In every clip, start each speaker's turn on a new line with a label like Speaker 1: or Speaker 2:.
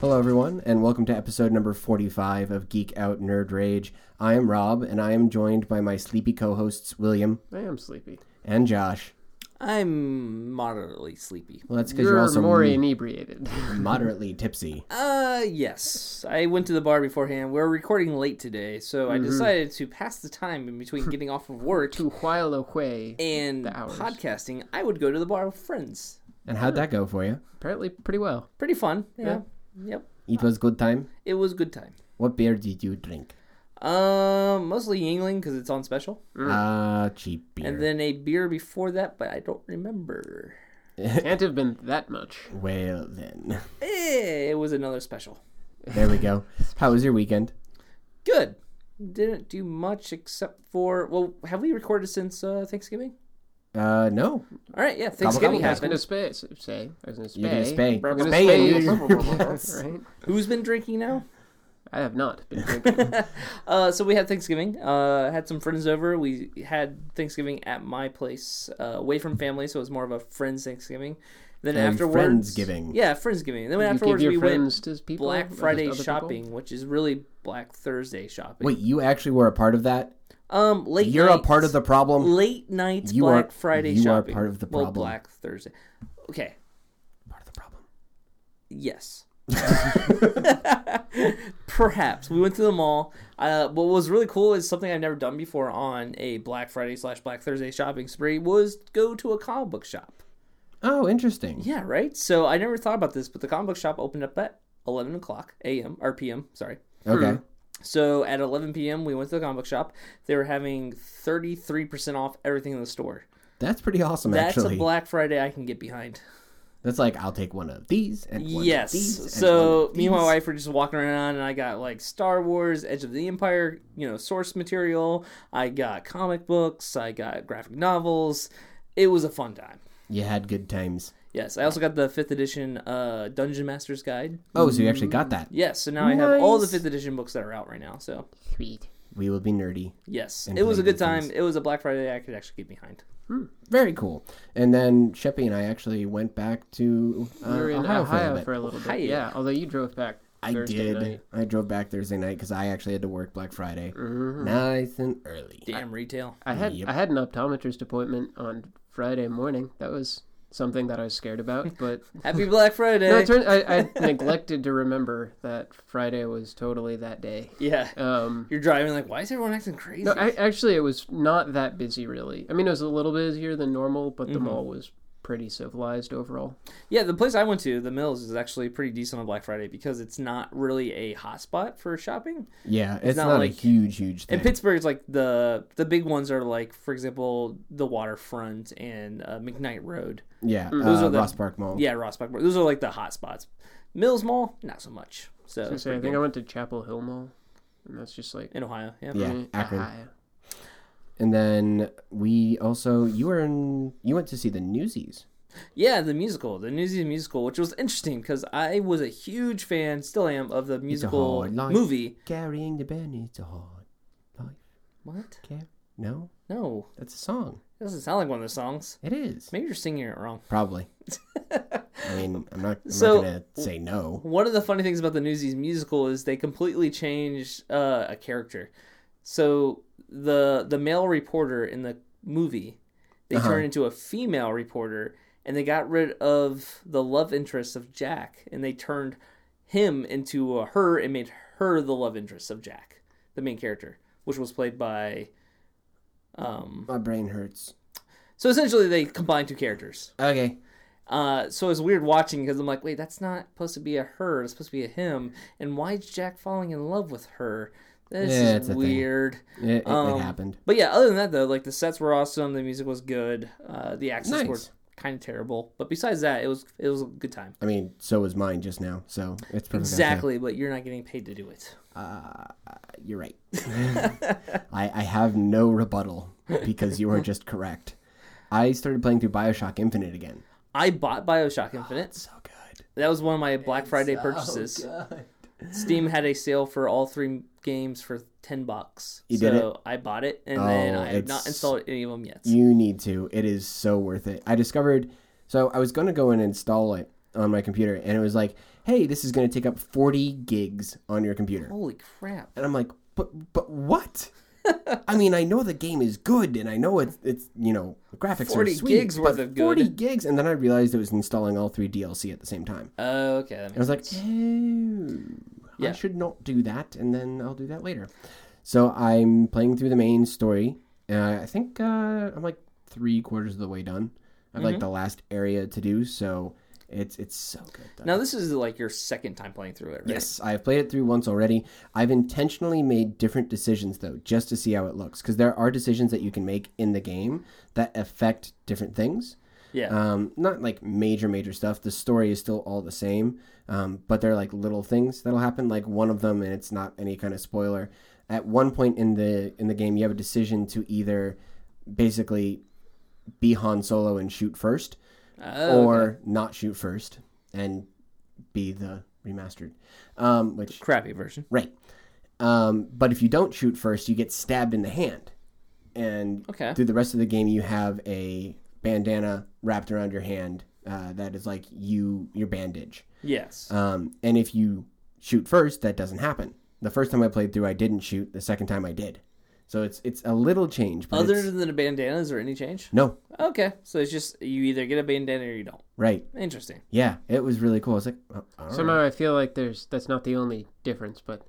Speaker 1: Hello, everyone, and welcome to episode number 45 of Geek Out Nerd Rage. I am Rob, and I am joined by my sleepy co hosts, William
Speaker 2: I am sleepy.
Speaker 1: and Josh.
Speaker 3: I'm moderately sleepy.
Speaker 1: Well, that's because
Speaker 2: You're,
Speaker 1: you're, also
Speaker 2: more
Speaker 1: m-
Speaker 2: inebriated.
Speaker 1: moderately tipsy.
Speaker 3: Uh, yes. I went to the bar beforehand. We're recording late today, so I decided to pass the time in between getting off of work
Speaker 2: to while away,
Speaker 3: and
Speaker 2: the hours.
Speaker 3: podcasting. I would go to the bar with friends.
Speaker 1: And how'd that go for you?
Speaker 2: apparently pretty well.
Speaker 3: Pretty fun. Yeah. Yep.
Speaker 1: It was good time.
Speaker 3: It was good time.
Speaker 1: What beer did you drink?
Speaker 3: Um, mostly Yingling because it's on special,
Speaker 1: Ah, cheap beer.
Speaker 3: Mm. and then a beer before that, but I don't remember.
Speaker 2: Can't have been that much.
Speaker 1: well, then.
Speaker 3: Eh, it was another special.
Speaker 1: There we go. How was your weekend?
Speaker 3: Good. Didn't do much except for well, have we recorded since uh, Thanksgiving?
Speaker 1: Uh, no.
Speaker 3: All right, yeah, Thanksgiving
Speaker 1: gobble.
Speaker 2: I was
Speaker 3: happened.
Speaker 2: gonna spay, say, I was gonna spay.
Speaker 1: You're gonna spay.
Speaker 2: I'm gonna
Speaker 1: Spay
Speaker 2: spay. right?
Speaker 3: Who's been drinking now?
Speaker 2: I have not been drinking.
Speaker 3: Uh, so we had Thanksgiving. Uh, had some friends over. We had Thanksgiving at my place, uh, away from family, so it was more of a friends Thanksgiving. Then
Speaker 1: And
Speaker 3: afterwards,
Speaker 1: friendsgiving.
Speaker 3: Yeah, friendsgiving.
Speaker 2: you
Speaker 3: Then
Speaker 2: give
Speaker 3: afterwards,
Speaker 2: your
Speaker 3: we
Speaker 2: friends
Speaker 3: went
Speaker 2: to people. or
Speaker 3: Black
Speaker 2: just
Speaker 3: Friday
Speaker 2: other people?
Speaker 3: shopping, which is really Black Thursday shopping.
Speaker 1: Wait, you actually were a part of that?
Speaker 3: um, late.
Speaker 1: You're a
Speaker 3: night,
Speaker 1: part of the problem?
Speaker 3: late night
Speaker 1: You
Speaker 3: Black
Speaker 1: are-
Speaker 3: Friday
Speaker 1: you are
Speaker 3: shopping.
Speaker 1: part of the
Speaker 3: Well,
Speaker 1: problem.
Speaker 3: Black Thursday. Okay.
Speaker 1: Part of the problem.
Speaker 3: Yes. Perhaps we went to the mall. Uh, what was really cool is something I've never done before on a Black Friday slash Black Thursday shopping spree was go to a comic book shop.
Speaker 1: Oh, interesting.
Speaker 3: Yeah, right. So I never thought about this, but the comic book shop opened up at eleven o'clock a.m. or p.m. Sorry.
Speaker 1: Okay.
Speaker 3: So at eleven p.m. we went to the comic book shop. They were having thirty three percent off everything in the store.
Speaker 1: That's pretty awesome,
Speaker 3: That's
Speaker 1: actually.
Speaker 3: a Black Friday I can get behind.
Speaker 1: That's like I'll take one of these and one
Speaker 3: Yes.
Speaker 1: of these. and one
Speaker 3: So
Speaker 1: of
Speaker 3: me and my
Speaker 1: these.
Speaker 3: wife were just walking around, and I got like Star Wars, Edge of the Empire, you know, source material. I got comic books. I got graphic novels. It was a fun time.
Speaker 1: you had good times.
Speaker 3: Yes, I also got the fifth edition uh, Dungeon Master's Guide.
Speaker 1: Oh, so you actually got that.
Speaker 3: Yes, so now I have all the
Speaker 1: Nice.
Speaker 3: fifth edition books that are out right now. So
Speaker 2: Sweet.
Speaker 1: We will be nerdy.
Speaker 3: yes, it was a
Speaker 1: playing
Speaker 3: good
Speaker 1: new
Speaker 3: time. It was a Black Friday I could actually get behind.
Speaker 1: Very cool. And then Sheppy and I actually went back to uh,
Speaker 2: We were in
Speaker 1: Ohio,
Speaker 2: Ohio,
Speaker 1: for a little bit.
Speaker 2: for a little bit.
Speaker 3: Ohio.
Speaker 2: Yeah, although you drove back.
Speaker 1: I
Speaker 2: Thursday
Speaker 1: did.
Speaker 2: Night.
Speaker 1: I drove back Thursday night because I actually had to work Black Friday, nice and early.
Speaker 3: Damn retail.
Speaker 2: I had
Speaker 1: Yep.
Speaker 2: I had an optometrist appointment on Friday morning. That was something that I was scared about, but
Speaker 3: Happy Black Friday.
Speaker 2: no, it turned, I, I neglected to remember that Friday was totally that day.
Speaker 3: yeah,
Speaker 2: Um,
Speaker 3: you're driving like, why is everyone acting crazy?
Speaker 2: no, I, actually, it was not that busy, really. I mean, it was a little busier than normal, but
Speaker 1: Mm-hmm.
Speaker 2: the mall was pretty civilized overall.
Speaker 3: Yeah, the place I went to, the Mills, is actually pretty decent on Black Friday because it's not really a hotspot for shopping.
Speaker 1: Yeah, it's, not,
Speaker 3: not
Speaker 1: a
Speaker 3: like-
Speaker 1: huge, huge thing.
Speaker 3: And Pittsburgh's like the the big ones are like, for example, the Waterfront and uh, McKnight Road.
Speaker 1: yeah,
Speaker 3: Those
Speaker 1: uh,
Speaker 3: are the-
Speaker 1: Ross Park Mall.
Speaker 3: Yeah, Rossbach. Mall. Those are like the hotspots. Mills Mall, not so much. So,
Speaker 2: So I think I went to Chapel Hill Mall, and that's just like
Speaker 3: in Ohio, yeah.
Speaker 1: yeah,
Speaker 2: eh,
Speaker 1: Akron.
Speaker 2: Ohio.
Speaker 1: And then we also you were in you went to see the Newsies.
Speaker 3: Yeah, the musical, the Newsies musical, which was interesting because I was a huge fan, still am, of the musical
Speaker 1: hard life.
Speaker 3: movie.
Speaker 1: Carrying the banner to hard life.
Speaker 3: What?
Speaker 1: Care? No,
Speaker 3: No,
Speaker 1: that's a song.
Speaker 3: it doesn't sound like one of the songs.
Speaker 1: It is
Speaker 3: Maybe you're singing it wrong.
Speaker 1: probably. I mean, I'm not. I'm
Speaker 3: So-
Speaker 1: not gonna say no.
Speaker 3: One of the funny things about the Newsies musical is they completely changed uh, a character. So the the male reporter in the movie, they turned into a female reporter, and they got rid of the love interest of Jack, and they turned him into a her and made her the love interest of Jack, the main character, which was played by. Um,
Speaker 1: My brain hurts.
Speaker 3: so essentially, they combined two characters.
Speaker 1: Okay.
Speaker 3: Uh, so it was weird watching because I'm like, wait, that's not supposed to be a her. It's supposed to be a him. And why is Jack falling in love with her? This
Speaker 1: Yeah, it's
Speaker 3: is
Speaker 1: a thing.
Speaker 3: weird.
Speaker 1: It, it,
Speaker 3: Um,
Speaker 1: it happened.
Speaker 3: But yeah, other than that though, like the sets were awesome. The music was good. Uh, the accents were
Speaker 1: Nice.
Speaker 3: kind of terrible. But besides that, it was it was a good time.
Speaker 1: I mean, so was mine just now. So it's perfect.
Speaker 3: Exactly. But you're not getting paid to do it.
Speaker 1: You're right. I, I have no rebuttal because you are just correct. I started playing through Bioshock Infinite again.
Speaker 3: I bought Bioshock Infinite.
Speaker 1: So good.
Speaker 3: That was one of my Black Friday purchases.
Speaker 1: Uh,
Speaker 3: Steam had a sale for all three games for ten bucks.
Speaker 1: You
Speaker 3: so
Speaker 1: did
Speaker 3: I bought it, and then
Speaker 1: Oh,
Speaker 3: I have not
Speaker 1: it's-
Speaker 3: installed any of them yet.
Speaker 1: You need to. It is so worth it. I discovered. So I was going to go and install it on my computer, and it was like, "Hey, this is going to take up 40 gigs on your computer,"
Speaker 3: Holy crap!
Speaker 1: and I'm like, "But but what?" I mean, I know the game is good, and I know it's it's you know the graphics
Speaker 3: 40
Speaker 1: are sweet,
Speaker 3: gigs
Speaker 1: but
Speaker 3: worth of good.
Speaker 1: 40 gigs, and then I realized it was installing all three DLC at the same time.
Speaker 3: Oh, okay. That
Speaker 1: I was
Speaker 3: makes
Speaker 1: like,
Speaker 3: sense.
Speaker 1: oh,
Speaker 3: Yeah.
Speaker 1: I should not do that, and then I'll do that later. So I'm playing through the main story. Uh, I think uh, I'm like three quarters of the way done. I have
Speaker 3: Mm-hmm.
Speaker 1: like the last area to do, so it's it's so good. Though.
Speaker 3: now this is like your second time playing through it, right?
Speaker 1: Yes, I've played it through once already. I've intentionally made different decisions though, just to see how it looks, because there are decisions that you can make in the game that affect different things.
Speaker 3: Yeah.
Speaker 1: Um, not like major, major stuff. The story is still all the same, um, but they're like little things that'll happen. Like one of them, and it's not any kind of spoiler. At one point in the in the game, you have a decision to either basically be Han Solo and shoot first,
Speaker 3: Oh,
Speaker 1: or
Speaker 3: okay.
Speaker 1: not shoot first and be the remastered. Um, which
Speaker 3: crappy version.
Speaker 1: right. Um, but if you don't shoot first, you get stabbed in the hand, and
Speaker 3: Okay.
Speaker 1: through the rest of the game you have a bandana wrapped around your hand uh, that is like you your bandage
Speaker 3: Yes.
Speaker 1: um, and if you shoot first that doesn't happen the first time i played through i didn't shoot the second time i did so it's it's a little change but
Speaker 3: Other
Speaker 1: it's-
Speaker 3: than the bandana, is there any change?
Speaker 1: no
Speaker 3: Okay, so it's just you either get a bandana or you don't.
Speaker 1: right
Speaker 3: Interesting.
Speaker 1: yeah it was really cool i was like oh, all right.
Speaker 2: Somehow I feel like there's that's not the only difference, but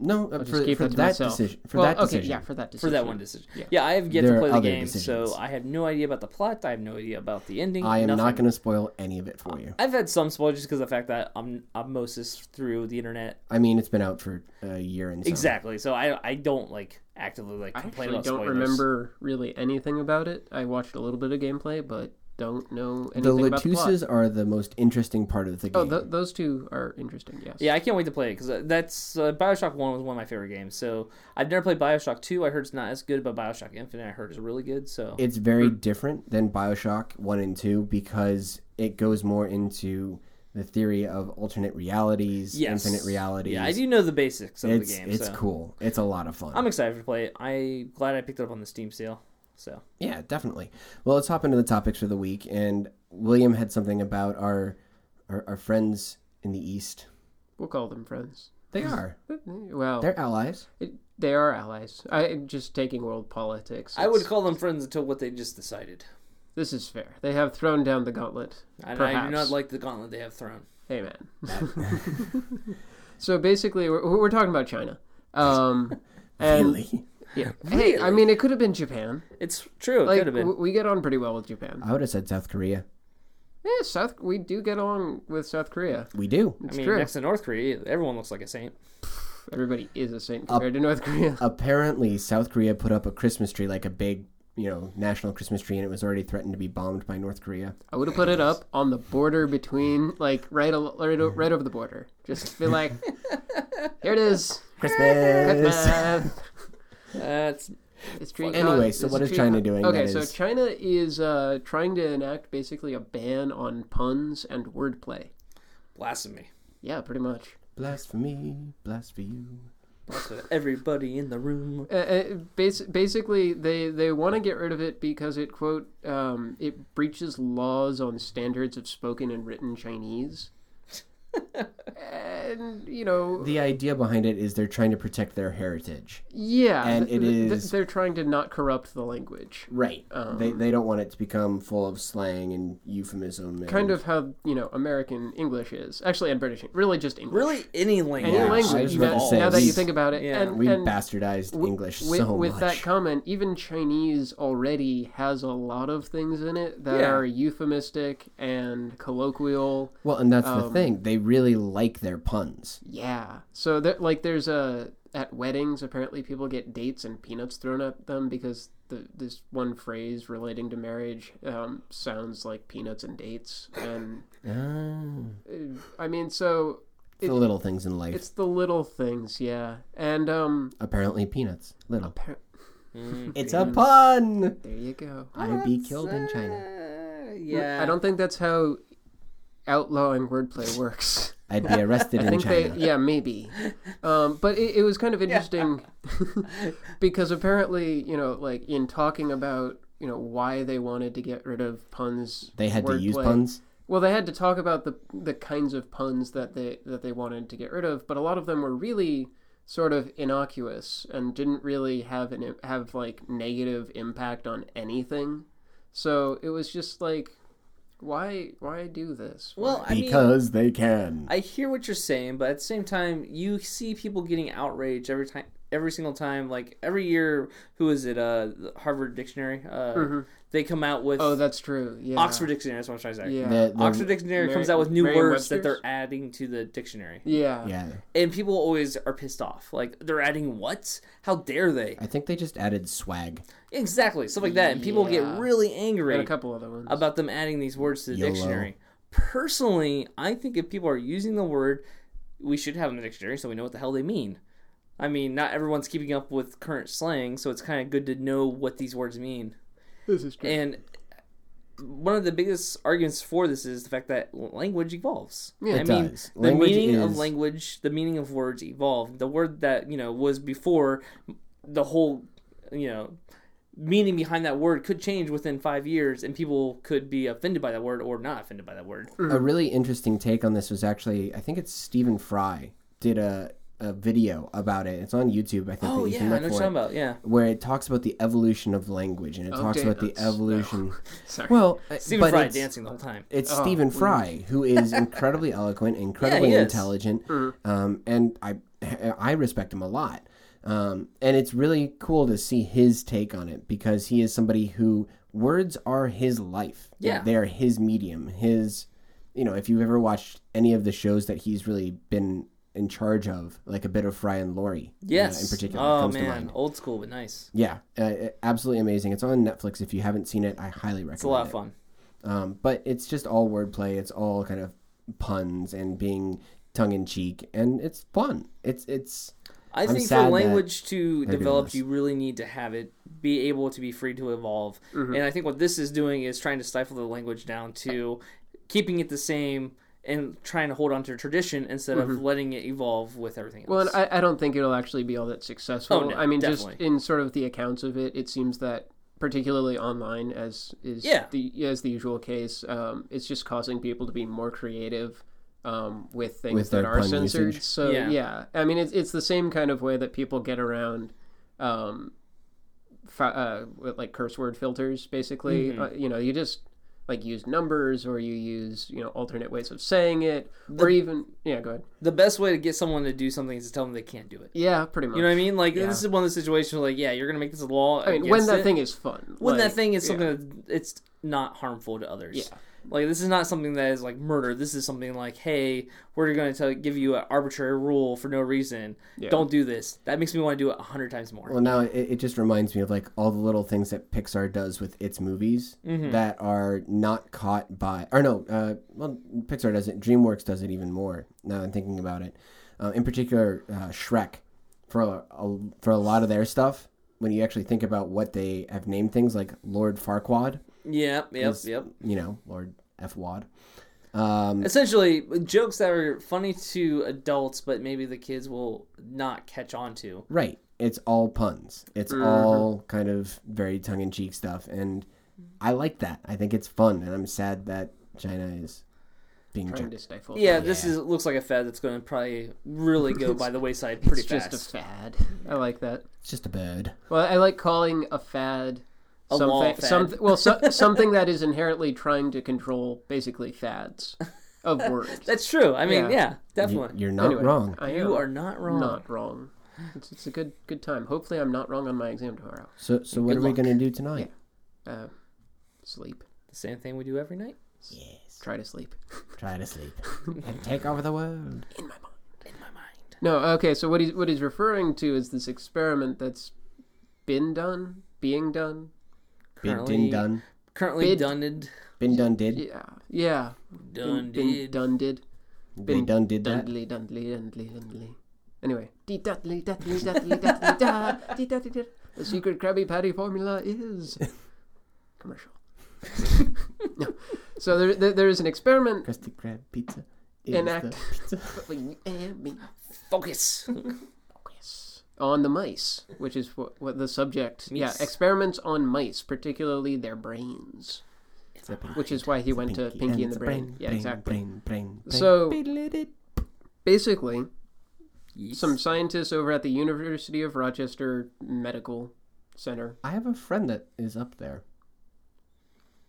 Speaker 1: no uh,
Speaker 2: I'll just
Speaker 1: for,
Speaker 2: keep
Speaker 1: for
Speaker 2: it to
Speaker 1: that
Speaker 2: myself.
Speaker 1: decision for
Speaker 2: well,
Speaker 1: that
Speaker 2: okay,
Speaker 1: decision
Speaker 2: yeah, for that
Speaker 3: For
Speaker 2: decision.
Speaker 3: that one decision. Yeah,
Speaker 2: Yeah.
Speaker 3: I have yet
Speaker 1: There
Speaker 3: to
Speaker 1: are
Speaker 3: play the
Speaker 1: other
Speaker 3: game,
Speaker 1: decisions.
Speaker 3: so I have no idea about the plot. I have no idea about the ending.
Speaker 1: i am not
Speaker 3: nothing.
Speaker 1: going to spoil any of it for you
Speaker 3: I've had some spoilers just because of the fact that I'm osmosis through the internet.
Speaker 1: i mean it's been out for a year and some.
Speaker 3: Exactly. So I I don't like actively like
Speaker 2: I
Speaker 3: complain
Speaker 2: actually
Speaker 3: about
Speaker 2: don't
Speaker 3: spoilers.
Speaker 2: remember really anything about it. I watched a little bit of gameplay, but don't know anything
Speaker 1: the
Speaker 2: about the plot.
Speaker 1: latusas are the most interesting part of the game
Speaker 2: Oh, th- those two are interesting. Yes.
Speaker 3: Yeah, I can't wait to play it because that's uh, Bioshock One was one of my favorite games. So I've never played Bioshock Two. I heard it's not as good, but Bioshock Infinite I heard is really good. So
Speaker 1: it's very different than Bioshock 1 and 2 because it goes more into the theory of alternate realities,
Speaker 3: yes,
Speaker 1: infinite realities.
Speaker 3: Yeah, I do know the basics of
Speaker 1: it's
Speaker 3: the game.
Speaker 1: it's
Speaker 3: so.
Speaker 1: cool. It's a lot of fun.
Speaker 3: I'm excited to play it. I'm glad I picked it up on the Steam sale. So
Speaker 1: yeah, definitely. Well, let's hop into the topics for the week and William had something about our our, our friends in the east.
Speaker 2: We'll call them friends.
Speaker 1: They are.
Speaker 2: Well,
Speaker 1: They're allies.
Speaker 2: it, they are allies. I just taking world politics.
Speaker 3: I would
Speaker 2: it's-
Speaker 3: call them friends until what they just decided.
Speaker 2: This is fair. They have thrown down the gauntlet.
Speaker 3: And I
Speaker 2: Perhaps.
Speaker 3: do not like the gauntlet they have thrown.
Speaker 2: Hey, man. so basically, we're, we're talking about China. Um, and
Speaker 1: Really?
Speaker 2: yeah. Hey, I mean, it could have been Japan.
Speaker 3: It's true. It
Speaker 2: Like
Speaker 3: could have been.
Speaker 2: w- we get on pretty well with Japan.
Speaker 1: I would have said South Korea.
Speaker 2: Yeah, South. We do get along with South Korea.
Speaker 1: We do.
Speaker 3: I
Speaker 2: It's
Speaker 3: mean,
Speaker 2: true.
Speaker 3: next to North Korea, everyone looks like a saint.
Speaker 2: Everybody is a saint compared to North Korea.
Speaker 1: Apparently, South Korea put up a Christmas tree like a big, you know, national Christmas tree and it was already threatened to be bombed by North Korea.
Speaker 2: I would have put it up on the border between, like, right, al- right, o- right over the border. Just be like, here it is.
Speaker 1: Christmas.
Speaker 2: Uh,
Speaker 3: That's
Speaker 2: It's tree
Speaker 1: Anyway,
Speaker 2: con-
Speaker 1: so
Speaker 2: it's
Speaker 1: what
Speaker 2: a
Speaker 1: is
Speaker 2: tree
Speaker 1: China doing
Speaker 2: Okay,
Speaker 1: that
Speaker 2: so
Speaker 1: is-
Speaker 2: China is uh, trying to enact basically a ban on puns and wordplay.
Speaker 3: blasphemy.
Speaker 2: Yeah, pretty much.
Speaker 1: Blasphemy, blasphemy.
Speaker 3: That's what everybody in the room.
Speaker 2: Uh, uh, bas- basically, they, they want to get rid of it because it quote um, it breaches laws on standards of spoken and written Chinese. and you know,
Speaker 1: The idea behind it is they're trying to protect their heritage.
Speaker 2: yeah,
Speaker 1: and it is-
Speaker 2: they're trying to not corrupt the language.
Speaker 1: Right. they,
Speaker 2: Um,
Speaker 1: they don't want it to become full of slang and euphemism. And,
Speaker 2: Kind of how you know American English is actually, and British, really just English.
Speaker 3: Really, any language.
Speaker 2: any
Speaker 1: Yeah, I was
Speaker 2: language.
Speaker 1: about
Speaker 2: Now,
Speaker 1: to say,
Speaker 2: now that
Speaker 1: we-
Speaker 2: you think about it,
Speaker 3: yeah.
Speaker 2: and,
Speaker 1: We
Speaker 2: and
Speaker 1: bastardized
Speaker 2: wi-
Speaker 1: English
Speaker 2: with,
Speaker 1: so
Speaker 2: with
Speaker 1: much.
Speaker 2: that comment, even Chinese already has a lot of things in it that
Speaker 3: Yeah.
Speaker 2: are euphemistic and colloquial.
Speaker 1: well, and that's the
Speaker 2: um,
Speaker 1: thing. They really like their puns.
Speaker 2: Yeah, so that like there's a at weddings apparently people get dates and peanuts thrown at them because the this one phrase relating to marriage um, sounds like peanuts and dates, and
Speaker 1: Ah,
Speaker 2: uh, I mean so.
Speaker 1: the little things in life.
Speaker 2: It's the little things, yeah, and um,
Speaker 1: Apparently, peanuts. Little.
Speaker 2: appar-
Speaker 3: Mm,
Speaker 1: It's a pun!
Speaker 2: there you go.
Speaker 1: I'd be killed in China.
Speaker 3: Uh, yeah.
Speaker 2: I don't think that's how outlawing wordplay works.
Speaker 1: I'd be arrested
Speaker 2: I
Speaker 1: in
Speaker 2: think they,
Speaker 1: China.
Speaker 2: yeah, maybe. Um, but it, it was kind of interesting because apparently, you know, like in talking about, you know, why they wanted to get rid of puns,
Speaker 1: They had to use
Speaker 2: wordplay,
Speaker 1: puns.
Speaker 2: Well, they had to talk about the the kinds of puns that they that they wanted to get rid of, but a lot of them were really sort of innocuous and didn't really have an have like negative impact on anything. So it was just like, why why do this?
Speaker 3: Well, I mean,
Speaker 1: because they can.
Speaker 3: I hear what you're saying, but at the same time, you see people getting outraged every time, every single time. Like every year, who is it? Uh, the Harvard Dictionary. Uh, They come out with
Speaker 2: Mm-hmm. oh, that's true. Yeah,
Speaker 3: Oxford Dictionary. That's what I'm trying to say.
Speaker 2: Yeah,
Speaker 1: The- the-
Speaker 3: Oxford Dictionary
Speaker 2: Mer-
Speaker 3: comes out with new
Speaker 2: Merriam
Speaker 3: words that
Speaker 2: Webster's?
Speaker 3: they're adding to the dictionary,
Speaker 2: yeah,
Speaker 1: yeah,
Speaker 3: and people always are pissed off. Like they're adding what? How dare they?
Speaker 1: I think they just added swag.
Speaker 3: Exactly stuff like that, and people
Speaker 2: Yeah.
Speaker 3: get really
Speaker 2: and
Speaker 3: angry
Speaker 2: a couple other ones.
Speaker 3: about them adding these words to the
Speaker 1: YOLO.
Speaker 3: dictionary. Personally, I think if people are using the word, we should have them in the dictionary so we know what the hell they mean. I mean, not everyone's keeping up with current slang, so it's kind of good to know what these words mean.
Speaker 2: this is true.
Speaker 3: And one of the biggest arguments for this is the fact that language evolves.
Speaker 2: Yeah,
Speaker 3: I
Speaker 1: it
Speaker 3: mean,
Speaker 1: does.
Speaker 3: the
Speaker 1: Language
Speaker 3: meaning of
Speaker 1: is-
Speaker 3: language, the meaning of words evolved. The word that you know was before the whole, you know, meaning behind that word could change within five years, and people could be offended by that word or not offended by that word.
Speaker 1: a really interesting take on this was actually I think it's Stephen Fry did a a video about it. It's on YouTube. I think
Speaker 3: Oh
Speaker 1: that you
Speaker 3: yeah, I
Speaker 1: can
Speaker 3: know
Speaker 1: look
Speaker 3: what you're
Speaker 1: for
Speaker 3: talking
Speaker 1: it,
Speaker 3: about. Yeah,
Speaker 1: where it talks about the evolution of language and it
Speaker 2: Oh,
Speaker 1: talks about the
Speaker 2: dance. No.
Speaker 1: evolution.
Speaker 2: Sorry.
Speaker 1: Well,
Speaker 3: Stephen
Speaker 1: but
Speaker 3: Fry
Speaker 1: it's-
Speaker 3: dancing the whole time.
Speaker 1: It's
Speaker 2: Oh,
Speaker 1: Stephen
Speaker 2: we-
Speaker 1: Fry, who is incredibly eloquent, incredibly
Speaker 3: mm. is. Mm.
Speaker 1: intelligent, um, and I I respect him a lot. Um, and it's really cool to see his take on it because he is somebody who words are his life.
Speaker 3: Yeah.
Speaker 1: they are his medium. His, you know, if you've ever watched any of the shows that he's really been in charge of, like a bit of Fry and Laurie, uh,
Speaker 3: Yes,
Speaker 1: in particular,
Speaker 3: Oh
Speaker 1: comes to
Speaker 3: man,
Speaker 1: mind.
Speaker 3: old school but nice.
Speaker 1: Yeah, uh, absolutely amazing. It's on Netflix. If you haven't seen it, I highly recommend.
Speaker 3: It's a lot
Speaker 1: it.
Speaker 3: of fun.
Speaker 1: Um, but it's just all wordplay. It's all kind of puns and being tongue in cheek, and it's fun. It's it's
Speaker 3: I
Speaker 1: I'm
Speaker 3: think
Speaker 1: sad
Speaker 3: for
Speaker 1: that
Speaker 3: language to
Speaker 1: doing
Speaker 3: develop,
Speaker 1: this.
Speaker 3: you really need to have it be able to be free to evolve.
Speaker 2: Mm-hmm.
Speaker 3: And I think what this is doing is trying to stifle the language down to keeping it the same and trying to hold on to tradition instead of letting it evolve with everything else.
Speaker 2: Mm-hmm. Well, and I, I don't think it'll actually be all that successful.
Speaker 3: Oh, no,
Speaker 2: I mean, just
Speaker 3: definitely.
Speaker 2: in sort of the accounts of it, it seems that particularly online, as is
Speaker 3: Yeah.
Speaker 2: the as the usual case, um, it's just causing people to be more creative um, with things
Speaker 1: With
Speaker 2: that
Speaker 1: their
Speaker 2: are
Speaker 1: pun
Speaker 2: censored.
Speaker 1: usage.
Speaker 2: So
Speaker 3: Yeah.
Speaker 2: yeah. I mean, it's it's the same kind of way that people get around. Um, fa- uh, with, like curse word filters, basically. Uh, you know, you just like use numbers, or you use you know alternate ways of saying it, or even yeah, go ahead.
Speaker 3: the best way to get someone to do something is to tell them they can't do it.
Speaker 2: Yeah, pretty much.
Speaker 3: You know what I mean? Like this is one of the situations where, like, yeah, you're gonna make this a law.
Speaker 2: I mean, when that thing is fun.
Speaker 3: when
Speaker 2: like,
Speaker 3: that thing is
Speaker 2: yeah.
Speaker 3: something that it's not harmful to others.
Speaker 2: Yeah.
Speaker 3: Like this is not something that is like murder. This is something like, hey, we're going to give you an arbitrary rule for no reason.
Speaker 2: Yeah.
Speaker 3: Don't do this. That makes me want to do it a hundred times more.
Speaker 1: well now it, it just reminds me of like all the little things that Pixar does with its movies
Speaker 3: Mm-hmm.
Speaker 1: that are not caught by or no uh, well Pixar does it DreamWorks does it even more now I'm thinking about it uh, in particular uh, Shrek for a, a, for a lot of their stuff when you actually think about what they have named things like Lord Farquaad
Speaker 3: yep, yep,
Speaker 1: is,
Speaker 3: yep.
Speaker 1: you know Lord F Wad um,
Speaker 3: Essentially, jokes that are funny to adults, but maybe the kids will not catch on to.
Speaker 1: Right. It's all puns. It's
Speaker 2: Mm-hmm.
Speaker 1: all kind of very tongue in cheek stuff. And I like that. I think it's fun. And I'm sad that China is being
Speaker 2: trying
Speaker 1: jerked.
Speaker 2: to stifle.
Speaker 3: Yeah,
Speaker 2: it.
Speaker 3: this is looks like a fad that's going to probably really go by the wayside pretty
Speaker 2: it's
Speaker 3: fast.
Speaker 2: just a fad. I like that.
Speaker 1: It's just a bird.
Speaker 2: Well, I like calling a fad
Speaker 3: A
Speaker 2: something.
Speaker 3: wall fad.
Speaker 2: someth- well, so, something that is inherently trying to control basically fads of words.
Speaker 3: that's true. I mean, yeah,
Speaker 2: Yeah.
Speaker 1: You,
Speaker 3: definitely.
Speaker 1: you're not
Speaker 2: Anyway,
Speaker 1: wrong.
Speaker 2: I
Speaker 3: You,
Speaker 2: am
Speaker 3: are not wrong.
Speaker 2: not wrong. It's, it's a good good time. Hopefully, I'm not wrong on my exam tomorrow.
Speaker 1: So, so what
Speaker 2: good
Speaker 1: are we
Speaker 2: luck.
Speaker 1: going to do tonight?
Speaker 2: Uh, sleep.
Speaker 3: The same thing we do every night.
Speaker 1: Yes.
Speaker 2: Try to sleep.
Speaker 1: Try to sleep and take over the world.
Speaker 2: In my mind.
Speaker 3: In my mind.
Speaker 2: No. Okay. So what he's what he's referring to is this experiment that's been done, being done.
Speaker 1: Been
Speaker 3: Currently-
Speaker 1: din done.
Speaker 3: currently
Speaker 2: Bid-
Speaker 3: dunned,
Speaker 1: Been done did.
Speaker 2: Yeah. Yeah.
Speaker 3: done
Speaker 2: Been
Speaker 3: did.
Speaker 2: done did.
Speaker 1: They done did that.
Speaker 2: Dudley, Dudley, Dudley, Dudley. Anyway, dee Dudley, Dudley, Dudley, Dudley, da, dee Dudley, Dudley. The secret Krabby Patty formula is commercial. no. So there, there, there is an experiment.
Speaker 1: Krusty Krab pizza. is
Speaker 2: An
Speaker 1: the
Speaker 2: act-
Speaker 1: pizza.
Speaker 3: Focus.
Speaker 2: On the mice, which is what, what the subject.
Speaker 3: Mice.
Speaker 2: Yeah, experiments on mice, particularly their brains. which is why he went to Pinky and the Brain. Yeah, exactly.
Speaker 1: Brain, brain, brain.
Speaker 2: So-
Speaker 1: Beep-a-lip.
Speaker 2: Basically,
Speaker 3: Yeast.
Speaker 2: some scientists over at the University of Rochester Medical Center.
Speaker 1: I have a friend that is up there.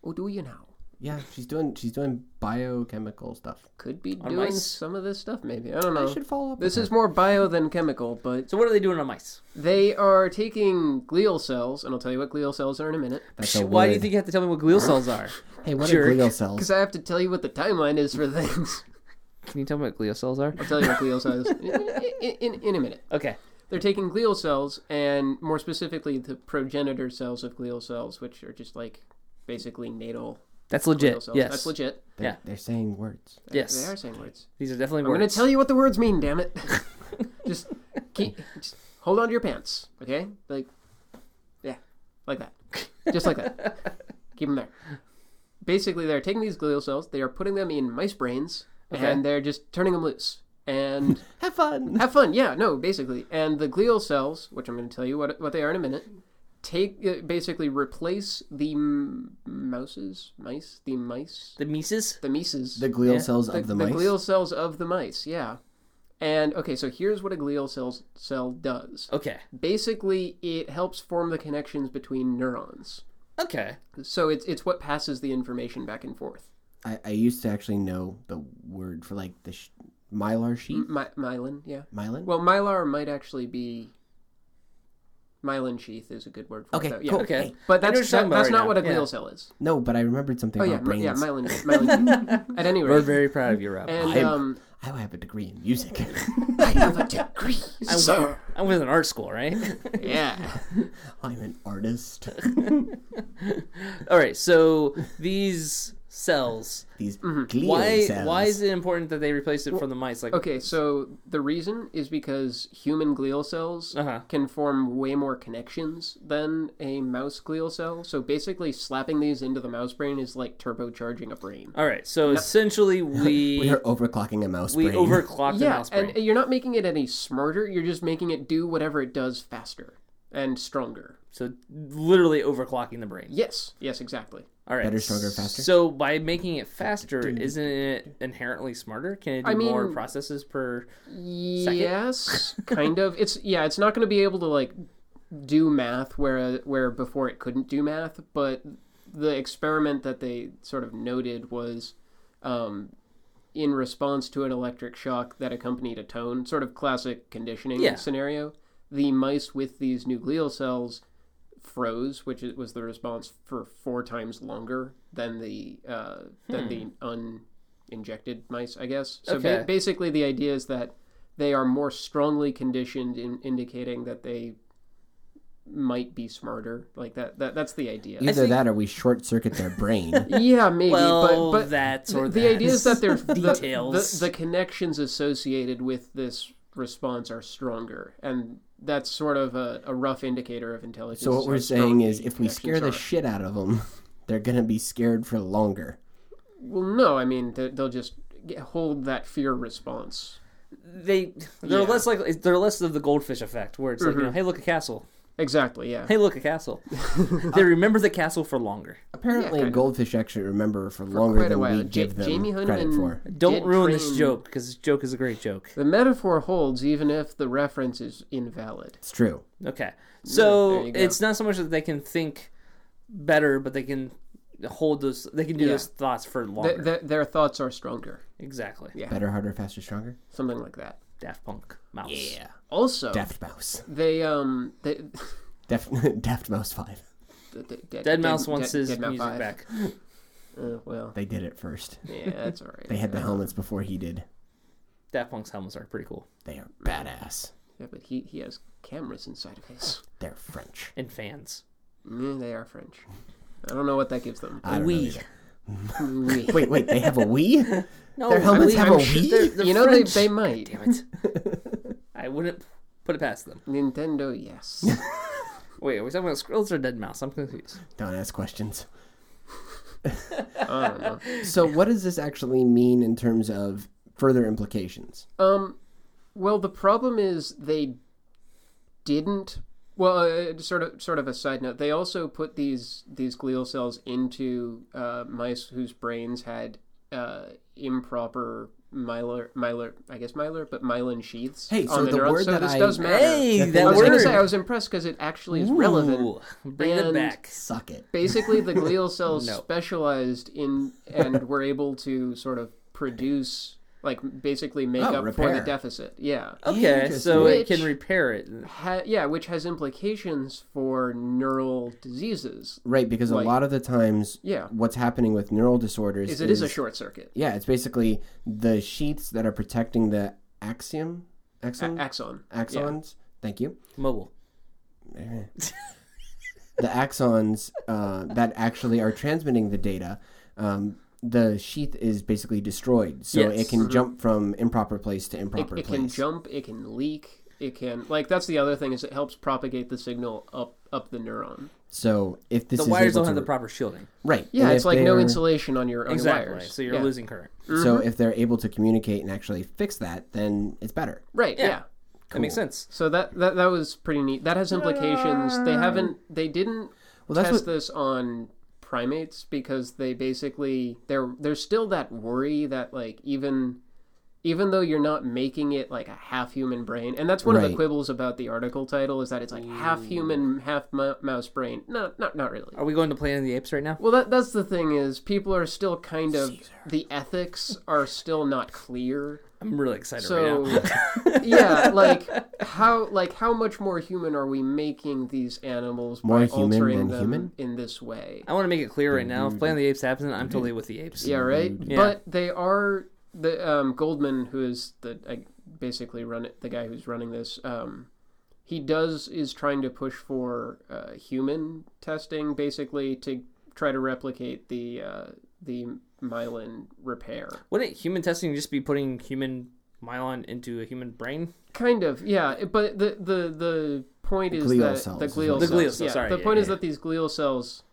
Speaker 2: Oh, do you now?
Speaker 1: Yeah, she's doing she's doing biochemical stuff.
Speaker 2: Could be
Speaker 3: On
Speaker 2: doing
Speaker 3: mice?
Speaker 2: some of this stuff, maybe. I don't
Speaker 1: I
Speaker 2: know.
Speaker 1: should follow up.
Speaker 2: This
Speaker 1: with
Speaker 2: is more bio than chemical, but
Speaker 3: So what are they doing on mice?
Speaker 2: they are taking glial cells, and I'll tell you what glial cells are in a minute.
Speaker 1: her. That's a
Speaker 3: Why do you
Speaker 1: word.
Speaker 3: think you have to tell me what glial cells are?
Speaker 1: Hey, what are
Speaker 3: Jerk.
Speaker 1: glial cells?
Speaker 2: Because I have to tell you what the timeline is for things.
Speaker 3: Can you tell me what glial cells are?
Speaker 2: I'll tell you what glial cells in, in, in a minute.
Speaker 3: Okay.
Speaker 2: They're taking glial cells, and more specifically, the progenitor cells of glial cells, which are just like basically natal
Speaker 3: That's
Speaker 2: glial
Speaker 3: legit.
Speaker 2: cells.
Speaker 3: Yes.
Speaker 2: That's legit.
Speaker 1: They're,
Speaker 3: Yeah.
Speaker 1: they're saying words.
Speaker 3: Yes.
Speaker 2: They are saying words.
Speaker 3: These are definitely
Speaker 2: I'm going to
Speaker 3: words.
Speaker 2: tell you what the words mean, damn it. just keep just hold on to your pants, okay? Like yeah, like that. Just like that. Keep them there. Basically, they're taking these glial cells, they are putting them in mice brains,
Speaker 3: Okay.
Speaker 2: and they're just turning them loose. And
Speaker 1: Have fun.
Speaker 2: have fun. Yeah, no, basically. And the glial cells, which I'm going to tell you what what they are in a minute, take uh, basically replace the m- mouses, mice, the mice,
Speaker 3: The Mises?
Speaker 2: the mices,
Speaker 1: The glial
Speaker 3: Yeah.
Speaker 1: cells of the, mice.
Speaker 2: glial cells of the mice. Yeah. And okay, so here's what a glial cells cell does.
Speaker 3: Okay.
Speaker 2: Basically, it helps form the connections between neurons.
Speaker 3: Okay.
Speaker 2: So it's it's what passes the information back and forth.
Speaker 1: I, I used to actually know the word for like the sh- mylar sheet.
Speaker 2: My, myelin, yeah.
Speaker 1: Myelin.
Speaker 2: Well, mylar might actually be myelin sheath is a good word for
Speaker 1: okay,
Speaker 2: it. though. Yeah.
Speaker 1: cool.
Speaker 3: okay.
Speaker 1: Hey,
Speaker 2: But
Speaker 3: I
Speaker 2: that's
Speaker 3: know what you're
Speaker 2: that,
Speaker 3: talking about
Speaker 2: that's
Speaker 3: right
Speaker 2: not
Speaker 3: now.
Speaker 2: what a glial
Speaker 3: Yeah.
Speaker 2: cell is.
Speaker 1: No, but I remembered something
Speaker 2: Oh yeah,
Speaker 1: about
Speaker 2: my,
Speaker 1: brains.
Speaker 2: yeah, myelin, myelin. At any
Speaker 3: We're
Speaker 2: rate,
Speaker 3: very proud of you, Rob.
Speaker 2: and
Speaker 1: I'm-
Speaker 2: um,
Speaker 1: I have a degree in music.
Speaker 2: I have a degree,
Speaker 3: I'm,
Speaker 2: sir.
Speaker 3: I'm with an art school, right?
Speaker 2: Yeah,
Speaker 1: I'm an artist.
Speaker 3: All right. So these cells.
Speaker 1: These glial
Speaker 3: Why?
Speaker 1: cells.
Speaker 3: Why is it important that they replace it from the mice? Like,
Speaker 2: Okay, so the reason is because human glial cells
Speaker 3: Uh-huh.
Speaker 2: can form way more connections than a mouse glial cell. So basically, slapping these into the mouse brain is like turbocharging a brain.
Speaker 3: all right. So essentially, we
Speaker 1: we are overclocking a mouse
Speaker 3: we
Speaker 1: brain?
Speaker 3: overclock Uh, the
Speaker 2: yeah,
Speaker 3: mouse brain.
Speaker 2: and you're not making it any smarter. You're just making it do whatever it does faster and stronger.
Speaker 3: so literally overclocking the brain.
Speaker 2: Yes, yes, exactly.
Speaker 3: All right.
Speaker 1: Better, stronger, faster?
Speaker 3: So by making it faster, isn't it inherently smarter? Can it do
Speaker 2: I mean-
Speaker 3: more processes per?
Speaker 2: Yes, kind of. It's yeah, it's not going to be able to like do math where where before it couldn't do math, but the experiment that they sort of noted was um, in response to an electric shock that accompanied a tone, sort of classic conditioning
Speaker 3: Yeah.
Speaker 2: scenario. The mice with these new glial cells froze, which it was the response for four times longer than the uh, than the uninjected mice, I guess. So
Speaker 3: Hmm. Okay.
Speaker 2: ba- basically, the idea is that they are more strongly conditioned in indicating that they might be smarter. Like that. that that's the idea.
Speaker 1: Either
Speaker 3: think-
Speaker 1: that or we short circuit their brain.
Speaker 2: yeah, maybe.
Speaker 3: Well,
Speaker 2: but but
Speaker 3: that's or
Speaker 2: the idea is that there's the,
Speaker 3: Details.
Speaker 2: The, the connections associated with this response are stronger and that's sort of a, a rough indicator of intelligence
Speaker 1: so what
Speaker 2: how
Speaker 1: we're
Speaker 2: strong
Speaker 1: saying
Speaker 2: the
Speaker 1: is, if we
Speaker 2: connections
Speaker 1: scare the
Speaker 2: are.
Speaker 1: shit out of them, they're gonna be scared for longer.
Speaker 2: well no i mean they- they'll just get- hold that fear response
Speaker 3: they they're
Speaker 2: Yeah. Mm-hmm.
Speaker 3: less likely they're less of the goldfish effect where it's like you know, hey look a castle
Speaker 2: exactly yeah
Speaker 3: hey look a castle they remember the castle for longer
Speaker 1: Apparently,
Speaker 2: kind of.
Speaker 1: goldfish actually remember for, longer
Speaker 2: quite a
Speaker 1: than
Speaker 2: while
Speaker 1: we
Speaker 2: Ja-
Speaker 1: give them
Speaker 2: jamie
Speaker 1: credit
Speaker 2: Hunman
Speaker 1: for.
Speaker 3: don't
Speaker 2: did
Speaker 3: ruin this
Speaker 2: train-
Speaker 3: joke because this joke is a great joke
Speaker 2: the metaphor holds even if the reference is invalid
Speaker 1: It's true.
Speaker 3: okay so
Speaker 2: you go.
Speaker 3: it's not so much that they can think better but they can hold those they can do
Speaker 2: Yeah.
Speaker 3: those thoughts for longer
Speaker 2: Th- th- their thoughts are stronger
Speaker 3: exactly
Speaker 2: Yeah.
Speaker 1: Better, harder, faster, stronger.
Speaker 2: something like that
Speaker 3: daft punk mouse
Speaker 2: also
Speaker 1: Daft Mouse.
Speaker 2: they um they
Speaker 1: Def- Daft Mouse Five.
Speaker 2: the- the-
Speaker 3: dead mouse wants
Speaker 2: Dead-
Speaker 3: his
Speaker 2: Dead Mouse
Speaker 3: music
Speaker 2: Five.
Speaker 3: back
Speaker 2: Uh, well,
Speaker 1: They did it first.
Speaker 2: yeah, that's all right.
Speaker 1: They had the helmets before he did.
Speaker 3: daft punk's helmets are pretty cool
Speaker 1: They are badass.
Speaker 2: Yeah, but he, he has cameras inside of his.
Speaker 1: They're French.
Speaker 3: and fans
Speaker 2: Mm, they are French. I don't know what that gives them.
Speaker 1: I don't know
Speaker 3: we
Speaker 1: either.
Speaker 2: Oui.
Speaker 1: Wait, wait. They have a we.
Speaker 3: no
Speaker 1: Their helmets
Speaker 3: we-
Speaker 1: have
Speaker 3: I'm
Speaker 1: a
Speaker 3: sure
Speaker 1: we?
Speaker 3: they're- they're
Speaker 2: you know they,
Speaker 3: French.
Speaker 2: they might.
Speaker 3: Damn it. I wouldn't put it past them.
Speaker 2: Nintendo, yes.
Speaker 3: Wait, are we talking about Skrillex or Dead Mouse? I'm confused.
Speaker 1: Don't ask questions.
Speaker 2: I don't know.
Speaker 1: So, what does this actually mean in terms of further implications?
Speaker 2: Um, well, the problem is they didn't Well, uh, sort of, sort of a side note. They also put these these glial cells into uh, mice whose brains had uh, improper mylar, mylar, I guess mylar, but myelin sheaths
Speaker 1: Hey, so
Speaker 2: on the,
Speaker 1: the
Speaker 2: neurons.
Speaker 1: word
Speaker 2: so
Speaker 1: that
Speaker 2: this
Speaker 1: I-
Speaker 2: does matter.
Speaker 3: Hey,
Speaker 1: That
Speaker 2: I
Speaker 3: that
Speaker 2: was
Speaker 3: word.
Speaker 2: gonna say I was impressed because it actually is relevant.
Speaker 3: Ooh, bring it
Speaker 2: And-
Speaker 3: back.
Speaker 1: Suck it.
Speaker 2: Basically, the glial cells
Speaker 3: No.
Speaker 2: specialized in and were able to sort of produce, like, basically make
Speaker 1: Oh,
Speaker 2: up for
Speaker 1: repair.
Speaker 2: the deficit. Yeah.
Speaker 3: Okay,
Speaker 1: Interesting.
Speaker 3: so it can
Speaker 2: Which-
Speaker 3: repair it.
Speaker 2: ha- yeah, which has implications for neural diseases.
Speaker 1: Right, because
Speaker 2: Like-
Speaker 1: a lot of the times,
Speaker 2: Yeah,
Speaker 1: what's happening with neural disorders
Speaker 2: is it is a short circuit
Speaker 1: Yeah, it's basically the sheaths that are protecting the axiom, axon,
Speaker 2: A- axon.
Speaker 1: axons. Thank you.
Speaker 3: Mobile.
Speaker 1: the axons uh, that actually are transmitting the data, um, the sheath is basically destroyed. So
Speaker 3: Yes.
Speaker 1: it can jump from improper place to improper
Speaker 2: Mm-hmm. It, it
Speaker 1: place.
Speaker 2: can jump. It can leak. It can like that's the other thing is it helps propagate the signal up up the neuron.
Speaker 1: So if this
Speaker 3: The
Speaker 1: is
Speaker 3: wires
Speaker 1: able
Speaker 3: don't have
Speaker 1: to-
Speaker 3: the proper shielding.
Speaker 1: right,
Speaker 2: Yeah,
Speaker 1: and
Speaker 2: it's
Speaker 1: if
Speaker 2: like no Mm-hmm.
Speaker 1: they're-
Speaker 2: insulation on your on
Speaker 3: Exactly.
Speaker 2: your wires.
Speaker 3: So you're
Speaker 2: Yeah.
Speaker 3: losing current.
Speaker 1: So if they're able to communicate and actually fix that, then it's better.
Speaker 2: right.
Speaker 3: Yeah.
Speaker 2: yeah.
Speaker 3: That makes sense.
Speaker 2: So that, that that was pretty neat. That has implications. They haven't they didn't
Speaker 1: Well, that's
Speaker 2: test this on primates because they basically there there's still that worry that like even even though you're not making it like a half human brain and that's one of the
Speaker 1: Right.
Speaker 2: quibbles about the article title is that it's like half human half mo- mouse brain no not not really
Speaker 3: Are we going to Planet of the Apes right now?
Speaker 2: well that that's the thing is people are still kind of the ethics are still not clear
Speaker 3: I'm really excited
Speaker 2: so
Speaker 3: right now.
Speaker 2: yeah like how like how much more human are we making these animals
Speaker 1: More
Speaker 2: by
Speaker 1: human
Speaker 2: altering
Speaker 1: than
Speaker 2: them
Speaker 1: human?
Speaker 2: in this way
Speaker 3: I want to make it clear right now. If Planet of the Apes happens, I'm totally with the apes.
Speaker 2: Mm-hmm. yeah right
Speaker 3: Yeah.
Speaker 2: but they are the um, goldman who is the I basically run it, the guy who's running this um, he does is trying to push for uh, human testing basically to try to replicate the uh, the myelin repair
Speaker 3: Wouldn't human testing just be putting human myelin into a human brain?
Speaker 2: Kind of, yeah. But the the the point is
Speaker 1: Glial
Speaker 2: that
Speaker 1: cells
Speaker 2: the
Speaker 1: is what
Speaker 2: glial
Speaker 1: it is.
Speaker 2: cells.
Speaker 3: The glial cells,
Speaker 2: yeah.
Speaker 3: sorry,
Speaker 2: the
Speaker 3: yeah,
Speaker 2: point is
Speaker 3: yeah.
Speaker 2: that these glial cells.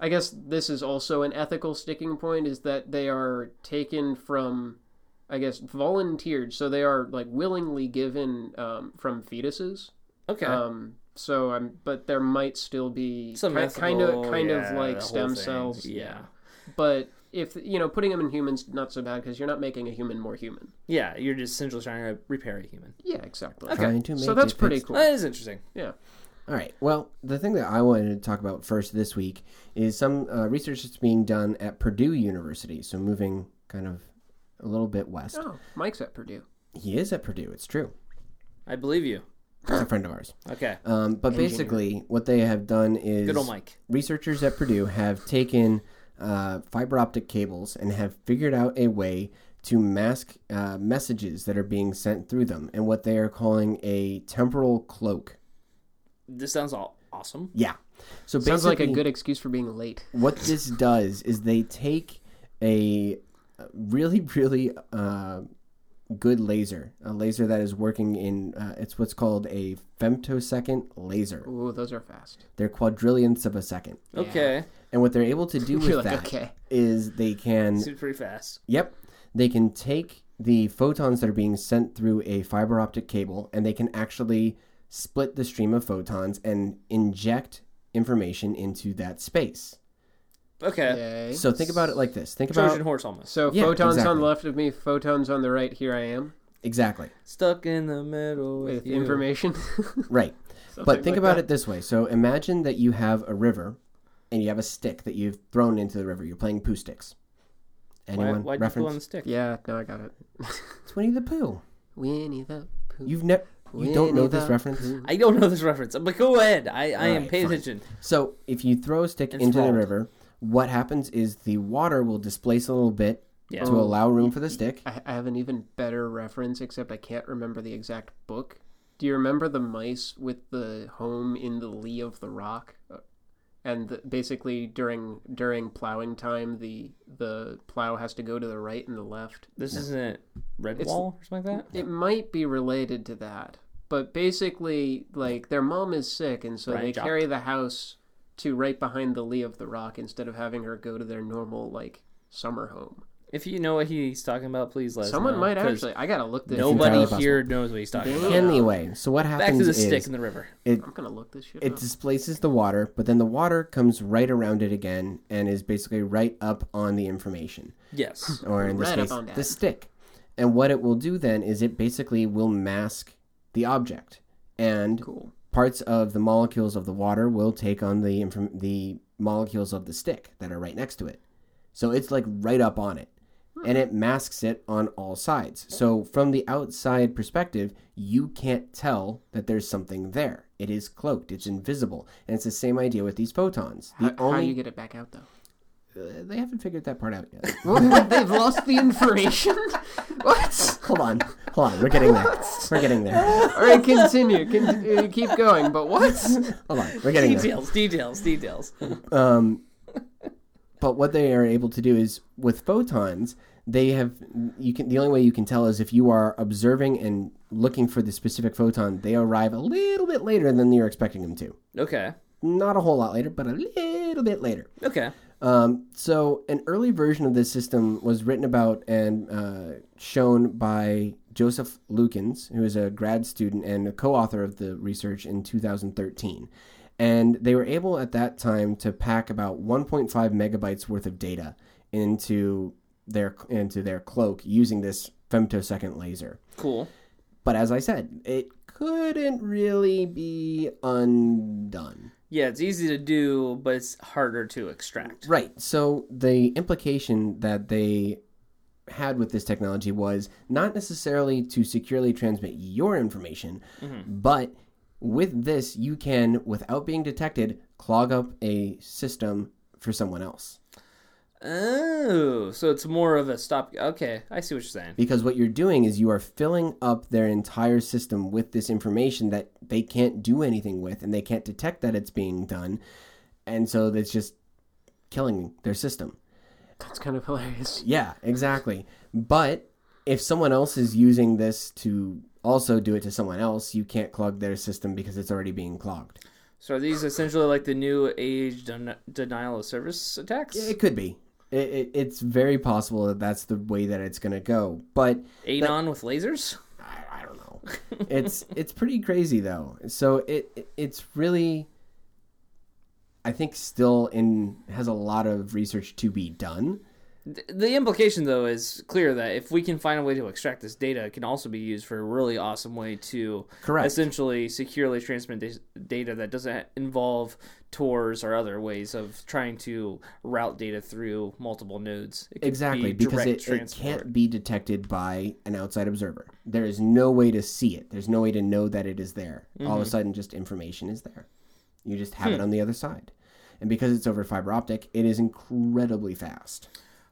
Speaker 2: I guess this is also an ethical sticking point: is that they are taken from, I guess, volunteered. So they are like willingly given um, from fetuses.
Speaker 3: Okay.
Speaker 2: Um, so I'm, but there might still be
Speaker 3: Some
Speaker 2: ki- kind of
Speaker 3: ethical-
Speaker 2: kind
Speaker 3: yeah,
Speaker 2: of
Speaker 3: the
Speaker 2: like
Speaker 3: whole
Speaker 2: stem
Speaker 3: thing.
Speaker 2: cells.
Speaker 3: Yeah.
Speaker 2: But if you know, putting them in humans not so bad because you're not making a human more human.
Speaker 3: Yeah, you're just essentially trying to repair a human.
Speaker 2: Yeah, exactly.
Speaker 1: Trying to
Speaker 2: So
Speaker 1: make
Speaker 2: that's
Speaker 1: it
Speaker 2: pretty
Speaker 1: fix-
Speaker 2: cool.
Speaker 3: That is interesting.
Speaker 2: Yeah.
Speaker 1: All right. Well, the thing that I wanted to talk about first this week is some uh, research that's being done at Purdue University. So moving kind of a little bit west.
Speaker 2: Oh, Mike's at Purdue.
Speaker 1: He is at Purdue. It's true.
Speaker 3: I believe you.
Speaker 1: He's a friend of ours.
Speaker 3: Okay.
Speaker 1: Um, but basically, what they have done is
Speaker 3: Good old Mike.
Speaker 1: researchers at Purdue have taken uh, fiber optic cables and have figured out a way to mask uh, messages that are being sent through them and what they are calling a temporal cloak.
Speaker 3: This sounds all awesome.
Speaker 1: Yeah. So
Speaker 2: Sounds like a
Speaker 1: basically-
Speaker 2: good excuse for being late.
Speaker 1: what this does is they take a really really uh, good laser a laser that is working in uh, it's what's called a femtosecond laser
Speaker 2: Ooh, those are fast.
Speaker 1: they're quadrillionths of a second
Speaker 3: Okay.
Speaker 1: and what they're able to do with
Speaker 2: You're like,
Speaker 1: that is
Speaker 2: okay.
Speaker 1: they can
Speaker 3: Seems pretty fast.
Speaker 1: Yep. They can take the photons that are being sent through a fiber optic cable and they can actually split the stream of photons and inject information into that space.
Speaker 3: Okay.
Speaker 2: Yay.
Speaker 1: So think about it like this. Think about
Speaker 3: Trojan horse almost.
Speaker 2: So
Speaker 1: Yeah,
Speaker 2: photons on
Speaker 1: exactly.
Speaker 2: the left of me, photons on the right. Here I am
Speaker 1: exactly.
Speaker 3: Stuck in the middle with,
Speaker 2: with
Speaker 3: you.
Speaker 2: information.
Speaker 1: Right.
Speaker 2: Something
Speaker 1: But think
Speaker 2: like
Speaker 1: about
Speaker 2: that.
Speaker 1: it this way. So imagine that you have a river and you have a stick that you've thrown into the river. You're playing poo sticks.
Speaker 3: Why,
Speaker 1: Anyone
Speaker 3: why'd you pull
Speaker 1: reference?
Speaker 3: on the stick?
Speaker 2: Yeah, no, I got it.
Speaker 1: It's Winnie the Pooh.
Speaker 2: Winnie the Pooh.
Speaker 1: You've never you
Speaker 2: Winnie
Speaker 1: don't know
Speaker 2: the
Speaker 1: this reference?
Speaker 2: Pooh.
Speaker 3: I don't know this reference, but go ahead. I, I am
Speaker 1: right,
Speaker 3: paying
Speaker 1: fine.
Speaker 3: attention.
Speaker 1: So if you throw a stick
Speaker 3: And
Speaker 1: into
Speaker 3: throttled.
Speaker 1: the river, what happens is the water will displace a little bit
Speaker 3: Yeah.
Speaker 1: to allow room for the stick.
Speaker 2: I, I have an even better reference, except I can't remember the exact book. Do you remember the mice with the home in the lee of the rock? Uh, And the, basically, during during plowing time, the the plow has to go to the right and the left.
Speaker 3: This isn't Red
Speaker 2: It's-
Speaker 3: Wall or something like that?
Speaker 2: It might be related to that, but basically, like their mom is sick, and so
Speaker 3: Right,
Speaker 2: they
Speaker 3: Jock.
Speaker 2: carry the house to right behind the lee of the rock instead of having her go to their normal like summer home.
Speaker 3: If you know what he's talking about, please let
Speaker 2: Someone
Speaker 3: us know.
Speaker 2: might
Speaker 3: 'cause
Speaker 2: actually. I gotta look this.
Speaker 3: Nobody
Speaker 1: entirely
Speaker 3: here knows what he's talking about.
Speaker 1: Anyway, so what
Speaker 3: Back
Speaker 1: happens
Speaker 3: to the
Speaker 1: is
Speaker 3: stick in the river.
Speaker 2: I'm gonna look this shit
Speaker 1: it
Speaker 2: up.
Speaker 1: displaces the water, but then the water comes right around it again and is basically right up on the information,
Speaker 3: Yes.
Speaker 1: or in this
Speaker 2: Right up
Speaker 1: case,
Speaker 2: on that.
Speaker 1: the stick. And what it will do then is it basically will mask the object, and
Speaker 2: Cool.
Speaker 1: parts of the molecules of the water will take on the inform- the molecules of the stick that are right next to it. So it's like right up on it. And
Speaker 2: Hmm.
Speaker 1: it masks it on all sides. So from the outside perspective, you can't tell that there's something there. It is cloaked. It's invisible. And it's the same idea with these photons. The
Speaker 2: How, how
Speaker 1: only
Speaker 2: you get it back out though?
Speaker 1: uh, they haven't figured that part out yet.
Speaker 2: What? They've lost the information. what?
Speaker 1: hold on, hold on. We're getting there. We're getting there.
Speaker 2: All right, continue. Con- uh, keep going. But what?
Speaker 1: Hold on. We're getting there.
Speaker 3: details, details, details.
Speaker 1: Um, but what they are able to do is with photons, they have you can the only way you can tell is if you are observing and looking for the specific photon. They arrive a little bit later than you're expecting them to.
Speaker 3: Okay.
Speaker 1: Not a whole lot later, but a little bit later.
Speaker 3: Okay.
Speaker 1: Um, so an early version of this system was written about and uh, shown by Joseph Lukens, who is a grad student and a co-author of the research in 2013. And they were able at that time to pack about 1.5 megabytes worth of data into their into their cloak using this femtosecond laser.
Speaker 3: Cool.
Speaker 1: But as I said, it couldn't really be undone.
Speaker 3: Yeah, it's easy to do, but it's harder to extract.
Speaker 1: Right. So the implication that they had with this technology was not necessarily to securely transmit your information, but with this, you can, without being detected, clog up a system for someone else.
Speaker 3: Oh, so it's more of a stop. Okay, I see what you're saying.
Speaker 1: Because what you're doing is you are filling up their entire system with this information that they can't do anything with and they can't detect that it's being done. And so that's just killing their system.
Speaker 2: That's kind of hilarious.
Speaker 1: Yeah, exactly. But if someone else is using this to also do it to someone else, you can't clog their system because it's already being clogged.
Speaker 3: So are these essentially like the new age den- denial of service attacks?
Speaker 1: It could be. It, it, it's very possible that that's the way that it's going to go. But
Speaker 3: Anon with lasers?
Speaker 1: I, I don't know. It's it's pretty crazy though. So it, it it's really I think still in has a lot of research to be done.
Speaker 3: Th- The implication, though, is clear that if we can find a way to extract this data, it can also be used for a really awesome way to
Speaker 1: Correct.
Speaker 3: essentially securely transmit dis- data that doesn't involve Tors or other ways of trying to route data through multiple nodes. It could
Speaker 1: Exactly,
Speaker 3: be
Speaker 1: because
Speaker 3: direct
Speaker 1: it, it
Speaker 3: transport.
Speaker 1: can't be detected by an outside observer. There is no way to see it. There's no way to know that it is there. All
Speaker 3: Mm-hmm.
Speaker 1: of a sudden, just information is there. You just have
Speaker 3: Hmm.
Speaker 1: it on the other side. And because it's over fiber optic, it is incredibly fast.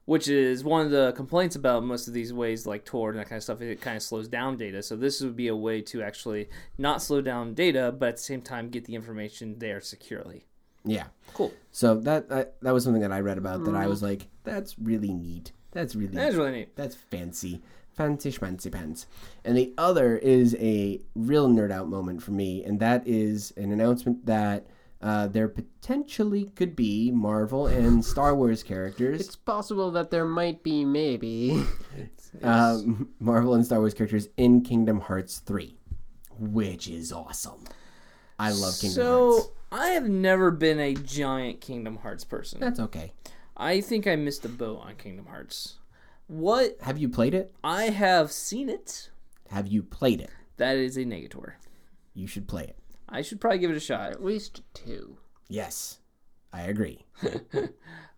Speaker 3: which is one of the complaints about most of these ways like Tor and that kind of stuff. It kind of slows down data. So this would be a way to actually not slow down data, but at the same time get the information there securely.
Speaker 1: Yeah.
Speaker 3: Cool.
Speaker 1: So that I, that was something that I read about that I was like, that's really neat. That's really
Speaker 3: That's really neat.
Speaker 1: That's fancy. Fancy schmancy pants. And the other is a real nerd out moment for me, and that is an announcement that uh, there potentially could be Marvel and Star Wars characters.
Speaker 2: It's possible that there might be maybe.
Speaker 1: Um, Marvel and Star Wars characters in Kingdom Hearts 3, which is awesome. I love Kingdom Hearts.
Speaker 3: So I have never been a giant Kingdom Hearts person.
Speaker 1: That's okay.
Speaker 3: I think I missed the boat on Kingdom Hearts. What
Speaker 1: Have you played it?
Speaker 3: I have seen it,
Speaker 1: Have you played it?
Speaker 3: that is a negator.
Speaker 1: You should play it.
Speaker 3: I should probably give it a shot.
Speaker 2: At least two.
Speaker 1: Yes, I agree.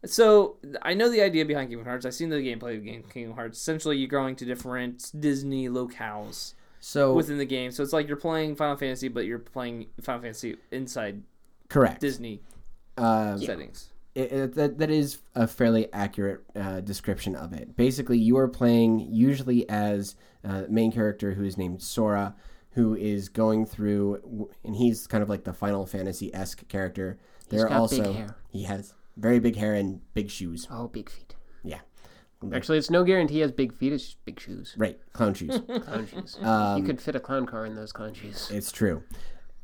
Speaker 3: So I know the idea behind Kingdom Hearts. I've seen the gameplay of game Kingdom Hearts. Essentially, you're going to different Disney locales
Speaker 1: So,
Speaker 3: within the game. So it's like you're playing Final Fantasy, but you're playing Final Fantasy inside
Speaker 1: correct.
Speaker 3: Disney
Speaker 1: Um,
Speaker 3: settings.
Speaker 1: it, it, that, that is a fairly accurate uh, description of it. Basically, you are playing usually as uh, main character who is named Sora, who is going through, and he's kind of like the Final Fantasy esque character. There
Speaker 2: got
Speaker 1: are also
Speaker 2: big hair.
Speaker 1: he has very big hair and big shoes.
Speaker 2: Oh, big feet.
Speaker 1: Yeah,
Speaker 2: Actually, it's no guarantee he has big feet. It's just big shoes.
Speaker 1: right, clown shoes.
Speaker 2: Clown shoes. you could fit a clown car in those clown shoes.
Speaker 1: It's true.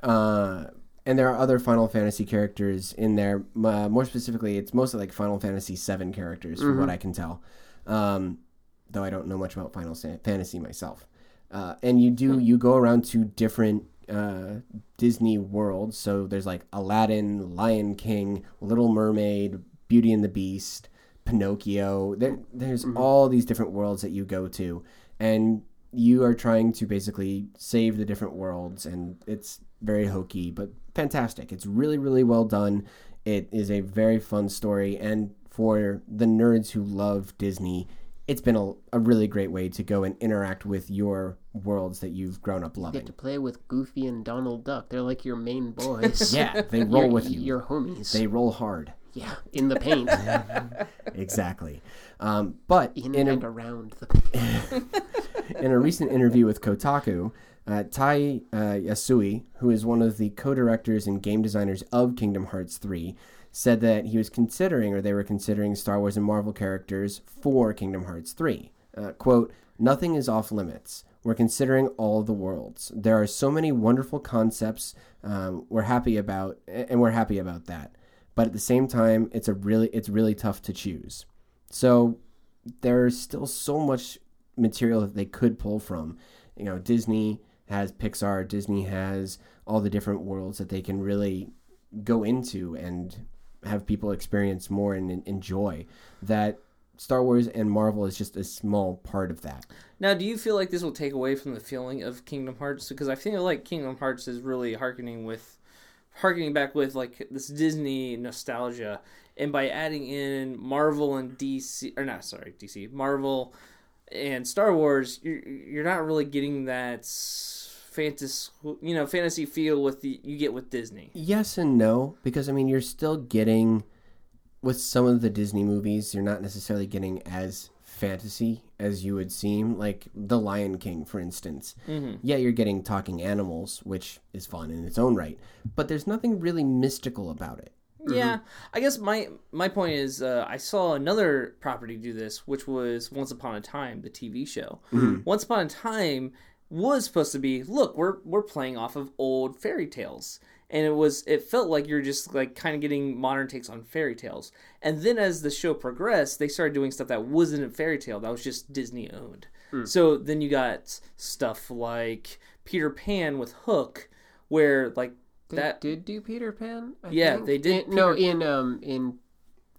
Speaker 1: Uh, and there are other Final Fantasy
Speaker 2: Mm-hmm.
Speaker 1: characters in there. Uh, more specifically, it's mostly like Final Fantasy VII characters, from what I can tell. um, though I don't know much about Final San- Fantasy myself. Uh, and you do you go around to different uh, Disney worlds. So there's like Aladdin, Lion King, Little Mermaid, Beauty and the Beast, Pinocchio. There, there's all these different worlds that you go to, and you are trying to basically save the different worlds. And it's very hokey, but fantastic. It's really really well done. It is a very fun story, and for the nerds who love Disney, it's been a, a really great way to go and interact with your worlds that you've grown up
Speaker 2: You get
Speaker 1: loving.
Speaker 2: to play with Goofy and Donald Duck. They're like your main boys.
Speaker 1: Yeah, they
Speaker 2: Your-
Speaker 1: roll with you.
Speaker 2: Your homies.
Speaker 1: They roll hard.
Speaker 2: yeah, in the paint,
Speaker 1: Exactly. Um, but
Speaker 2: in,
Speaker 1: in, a,
Speaker 2: and around the paint.
Speaker 1: in a recent interview with Kotaku, uh, Tai uh, Yasui, who is one of the co directors and game designers of Kingdom Hearts 3, said that he was considering, or they were considering, Star Wars and Marvel characters for Kingdom Hearts 3. Uh, quote, Nothing is off limits. We're considering all the worlds. There are so many wonderful concepts um, we're happy about, and we're happy about that. But at the same time, it's a really it's really tough to choose. So there's still so much material that they could pull from. You know, Disney has Pixar, Disney has all the different worlds that they can really go into and have people experience more and en- enjoy. That Star Wars and Marvel is just a small part of that.
Speaker 3: Now, do you feel like this will take away from the feeling of Kingdom Hearts? Because I feel like Kingdom Hearts is really harkening with, harkening back with like this Disney nostalgia, and by adding in Marvel and DC, or not sorry, DC, Marvel and Star Wars, you're you're not really getting that fantasy, you know, fantasy feel with the you get with Disney.
Speaker 1: Yes and no, because I mean, you're still getting with some of the Disney movies, you're not necessarily getting as fantasy as you would seem. Like The Lion King, for instance.
Speaker 2: Mm-hmm.
Speaker 1: Yeah, you're getting talking animals, which is fun in its own right, but there's nothing really mystical about it.
Speaker 3: Yeah, I guess my my point is uh, I saw another property do this, which was Once Upon a Time, the TV show. Once Upon a Time was supposed to be look we're we're playing off of old fairy tales and it was it felt like you're just like kind of getting modern takes on fairy tales and then as the show progressed they started doing stuff that wasn't a fairy tale that was just disney owned so then you got stuff like peter pan with hook where like
Speaker 2: They
Speaker 3: that
Speaker 2: did do Peter Pan. I
Speaker 3: Yeah,
Speaker 2: think.
Speaker 3: they did
Speaker 2: In- no, in um in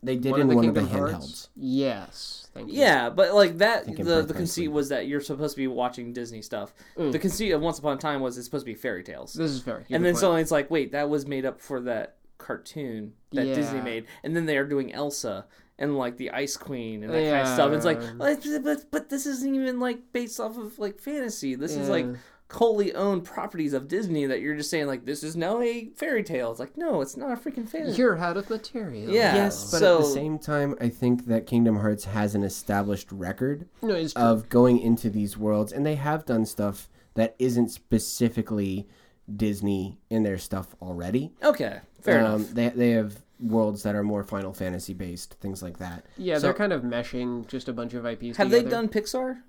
Speaker 1: They did
Speaker 2: one
Speaker 1: in
Speaker 2: of the
Speaker 1: one
Speaker 2: Kingdom
Speaker 1: of the handhelds.
Speaker 2: Hearts. Yes, thank you.
Speaker 3: Yeah, but like that,
Speaker 1: Thinking
Speaker 3: the,
Speaker 1: Birth
Speaker 3: the
Speaker 1: by
Speaker 3: conceit
Speaker 1: Sleep.
Speaker 3: was that you're supposed to be watching Disney stuff.
Speaker 2: Mm.
Speaker 3: The conceit of Once Upon a Time was it's supposed to be fairy tales,
Speaker 2: this is very.
Speaker 3: and then
Speaker 2: point.
Speaker 3: suddenly it's like, wait, that was made up for that cartoon that Disney
Speaker 2: Yeah.
Speaker 3: made, and then they are doing Elsa and like the Ice Queen and that kind of stuff. It's like,
Speaker 2: Yeah.
Speaker 3: like, but, but but this isn't even like based off of like fantasy. This is like
Speaker 2: Yeah.
Speaker 3: wholly owned properties of Disney that you're just saying like this is now a fairy tale. It's like no, it's not a freaking fantasy.
Speaker 2: you're out of material.
Speaker 3: Yeah.
Speaker 1: Yes, but at the
Speaker 3: So-
Speaker 1: same time, I think that Kingdom Hearts has an established record
Speaker 2: no, it's true.
Speaker 1: of going into these worlds, and they have done stuff that isn't specifically Disney in their stuff already.
Speaker 3: okay, fair
Speaker 1: um,
Speaker 3: enough.
Speaker 1: They they have worlds that are more Final Fantasy based, things like that.
Speaker 2: yeah,
Speaker 1: so-
Speaker 2: they're kind of meshing just a bunch of IPs.
Speaker 3: Have they
Speaker 2: together.
Speaker 3: done Pixar?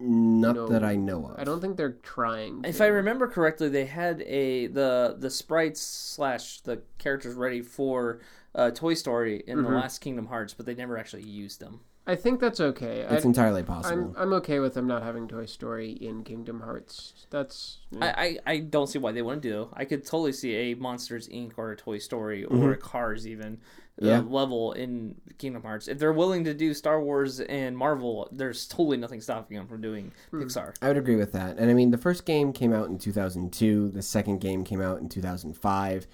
Speaker 1: Not
Speaker 2: No.
Speaker 1: that I know of.
Speaker 2: I don't think they're trying.
Speaker 3: If
Speaker 2: to.
Speaker 3: I remember correctly, they had a the the sprites slash the characters ready for uh, Toy Story in the last Kingdom Hearts, but they never actually used them.
Speaker 2: I think that's okay. I,
Speaker 1: It's entirely
Speaker 2: I'm
Speaker 1: possible.
Speaker 2: I'm okay with them not having Toy Story in Kingdom Hearts. That's
Speaker 3: I, I, I don't see why they wouldn't do. I could totally see a Monsters Inc. or a Toy Story or a Cars even uh,
Speaker 1: Yeah.
Speaker 3: level in Kingdom Hearts. If they're willing to do Star Wars and Marvel, there's totally nothing stopping them from doing Pixar.
Speaker 1: I would agree with that. And I mean, the first game came out in 2002. The second game came out in 2005.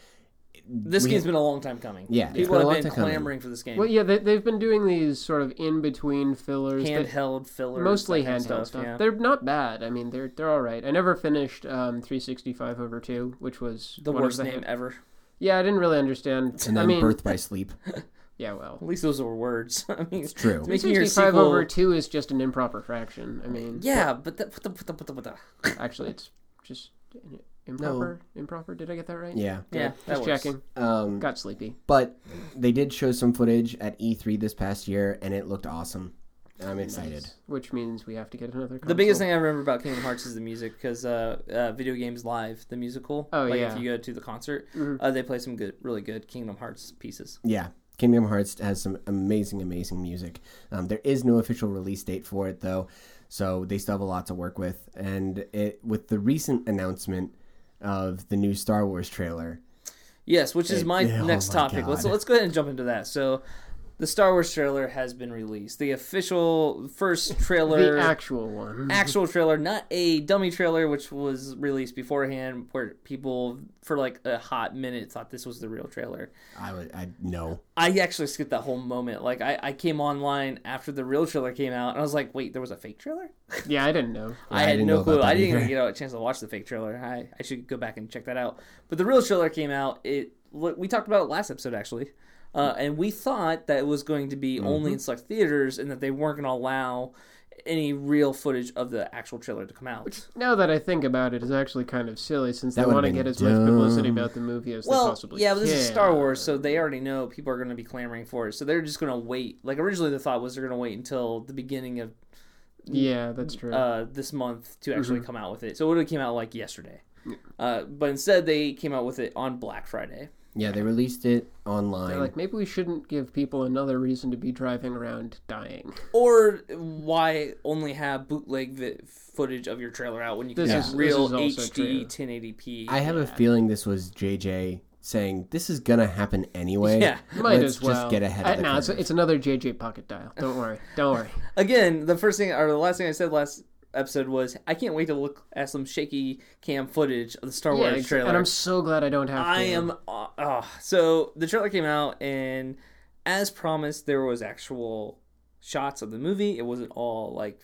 Speaker 3: This
Speaker 1: We-
Speaker 3: game's been a long time coming.
Speaker 1: Yeah, it's
Speaker 3: people
Speaker 1: been a
Speaker 3: have
Speaker 1: long
Speaker 3: been
Speaker 1: time coming.
Speaker 3: clamoring for this game.
Speaker 2: well, yeah. They, they've been doing these sort of in between fillers, that-
Speaker 3: handheld fillers,
Speaker 2: mostly
Speaker 3: that kind
Speaker 2: handheld
Speaker 3: of
Speaker 2: stuff.
Speaker 3: yeah.
Speaker 2: They're not bad. I mean, they're they're all right. I never finished um, 365 over two, which was
Speaker 3: The
Speaker 2: one of
Speaker 3: worst
Speaker 2: the
Speaker 3: name
Speaker 2: hand-
Speaker 3: ever.
Speaker 2: Yeah, I didn't really understand.
Speaker 1: And then
Speaker 2: I mean,
Speaker 1: Birth by Sleep.
Speaker 2: yeah, well,
Speaker 3: At least those were words. I mean, it's
Speaker 1: true.
Speaker 3: Making your
Speaker 2: 365
Speaker 3: sequel,
Speaker 2: over two is just an improper fraction. I mean,
Speaker 3: yeah, but that, but the, but the, but the, but the,
Speaker 2: actually, it's just an improper. Improper. Did I get that right?
Speaker 1: Yeah.
Speaker 3: yeah, that
Speaker 2: Just
Speaker 3: works.
Speaker 2: checking.
Speaker 1: Um,
Speaker 2: Got sleepy.
Speaker 1: but they did show some footage at E3 this past year, and it looked awesome. I'm excited.
Speaker 2: Which means we have to get another. Console.
Speaker 3: The biggest thing I remember about Kingdom Hearts is the music because uh, uh, Video Games Live, the musical.
Speaker 2: Oh,
Speaker 3: like
Speaker 2: yeah. Mm-hmm.
Speaker 3: If you go to the concert, uh, they play some good, really good Kingdom Hearts pieces.
Speaker 1: Yeah. Kingdom Hearts has some amazing, amazing music. Um, there is no official release date for it though, so they still have a lot to work with. And it, with the recent announcement of the new Star Wars trailer,
Speaker 3: Yes, which is
Speaker 1: It-
Speaker 3: my
Speaker 1: yeah, oh
Speaker 3: next
Speaker 1: my
Speaker 3: topic.
Speaker 1: God.
Speaker 3: Let's let's go ahead and jump into that. So, the Star Wars trailer has been released. The official first trailer,
Speaker 2: The actual one.
Speaker 3: actual trailer, not a dummy trailer, which was released beforehand, where people for like a hot minute thought this was the real trailer.
Speaker 1: I would, I know.
Speaker 3: I actually skipped that whole moment. Like I, I came online after the real trailer came out, and I was like, wait, there was a fake trailer.
Speaker 2: Yeah, I didn't know.
Speaker 3: I
Speaker 1: I
Speaker 3: had
Speaker 1: didn't know
Speaker 3: no
Speaker 1: about
Speaker 3: clue.
Speaker 1: that
Speaker 3: I didn't
Speaker 1: either.
Speaker 3: even get a chance to watch the fake trailer. I, I should go back and check that out. But the real trailer came out. It look, we talked about it last episode actually, uh, and we thought that it was going to be
Speaker 1: Mm-hmm.
Speaker 3: only in select theaters and that they weren't going to allow any real footage of the actual trailer to come out.
Speaker 2: Now that I think about it, it's actually kind of silly since
Speaker 1: That
Speaker 2: they want to
Speaker 1: would've
Speaker 2: get
Speaker 1: been
Speaker 2: as much publicity
Speaker 1: dumb.
Speaker 2: about the movie as they
Speaker 3: Well,
Speaker 2: possibly
Speaker 3: yeah, but this is
Speaker 2: can.
Speaker 3: Star Wars, so they already know people are going to be clamoring for it. So they're just going to wait. Like originally, the thought was they're going to wait until the beginning of
Speaker 2: Yeah, that's true.
Speaker 3: uh, this month to actually
Speaker 2: Mm-hmm.
Speaker 3: come out with it. So it would have came out like yesterday. Uh, but instead, they came out with it on Black Friday.
Speaker 1: Yeah, they released it online.
Speaker 2: They're like maybe we shouldn't give people another reason to be driving around dying.
Speaker 3: Or why only have bootleg vi- footage of your trailer out when you can
Speaker 2: This
Speaker 3: have
Speaker 2: is- this
Speaker 3: real
Speaker 2: is also
Speaker 3: HD
Speaker 2: true.
Speaker 3: 1080p?
Speaker 1: I have a feeling this was JJ saying this is gonna happen anyway.
Speaker 3: Yeah.
Speaker 2: Might
Speaker 1: Let's
Speaker 2: as well
Speaker 1: just get ahead
Speaker 2: Uh,
Speaker 1: of the
Speaker 2: no, it's,
Speaker 1: curve.
Speaker 2: it's another JJ pocket dial. Don't worry. Don't worry.
Speaker 3: Again, the first thing or the last thing I said last episode was I can't wait to look at some shaky cam footage of the Star
Speaker 2: yeah,
Speaker 3: Wars
Speaker 2: ex-
Speaker 3: trailer.
Speaker 2: and I'm so glad I don't have to.
Speaker 3: I am. Uh, oh. So the trailer came out, and as promised, there was actual shots of the movie. It wasn't all like,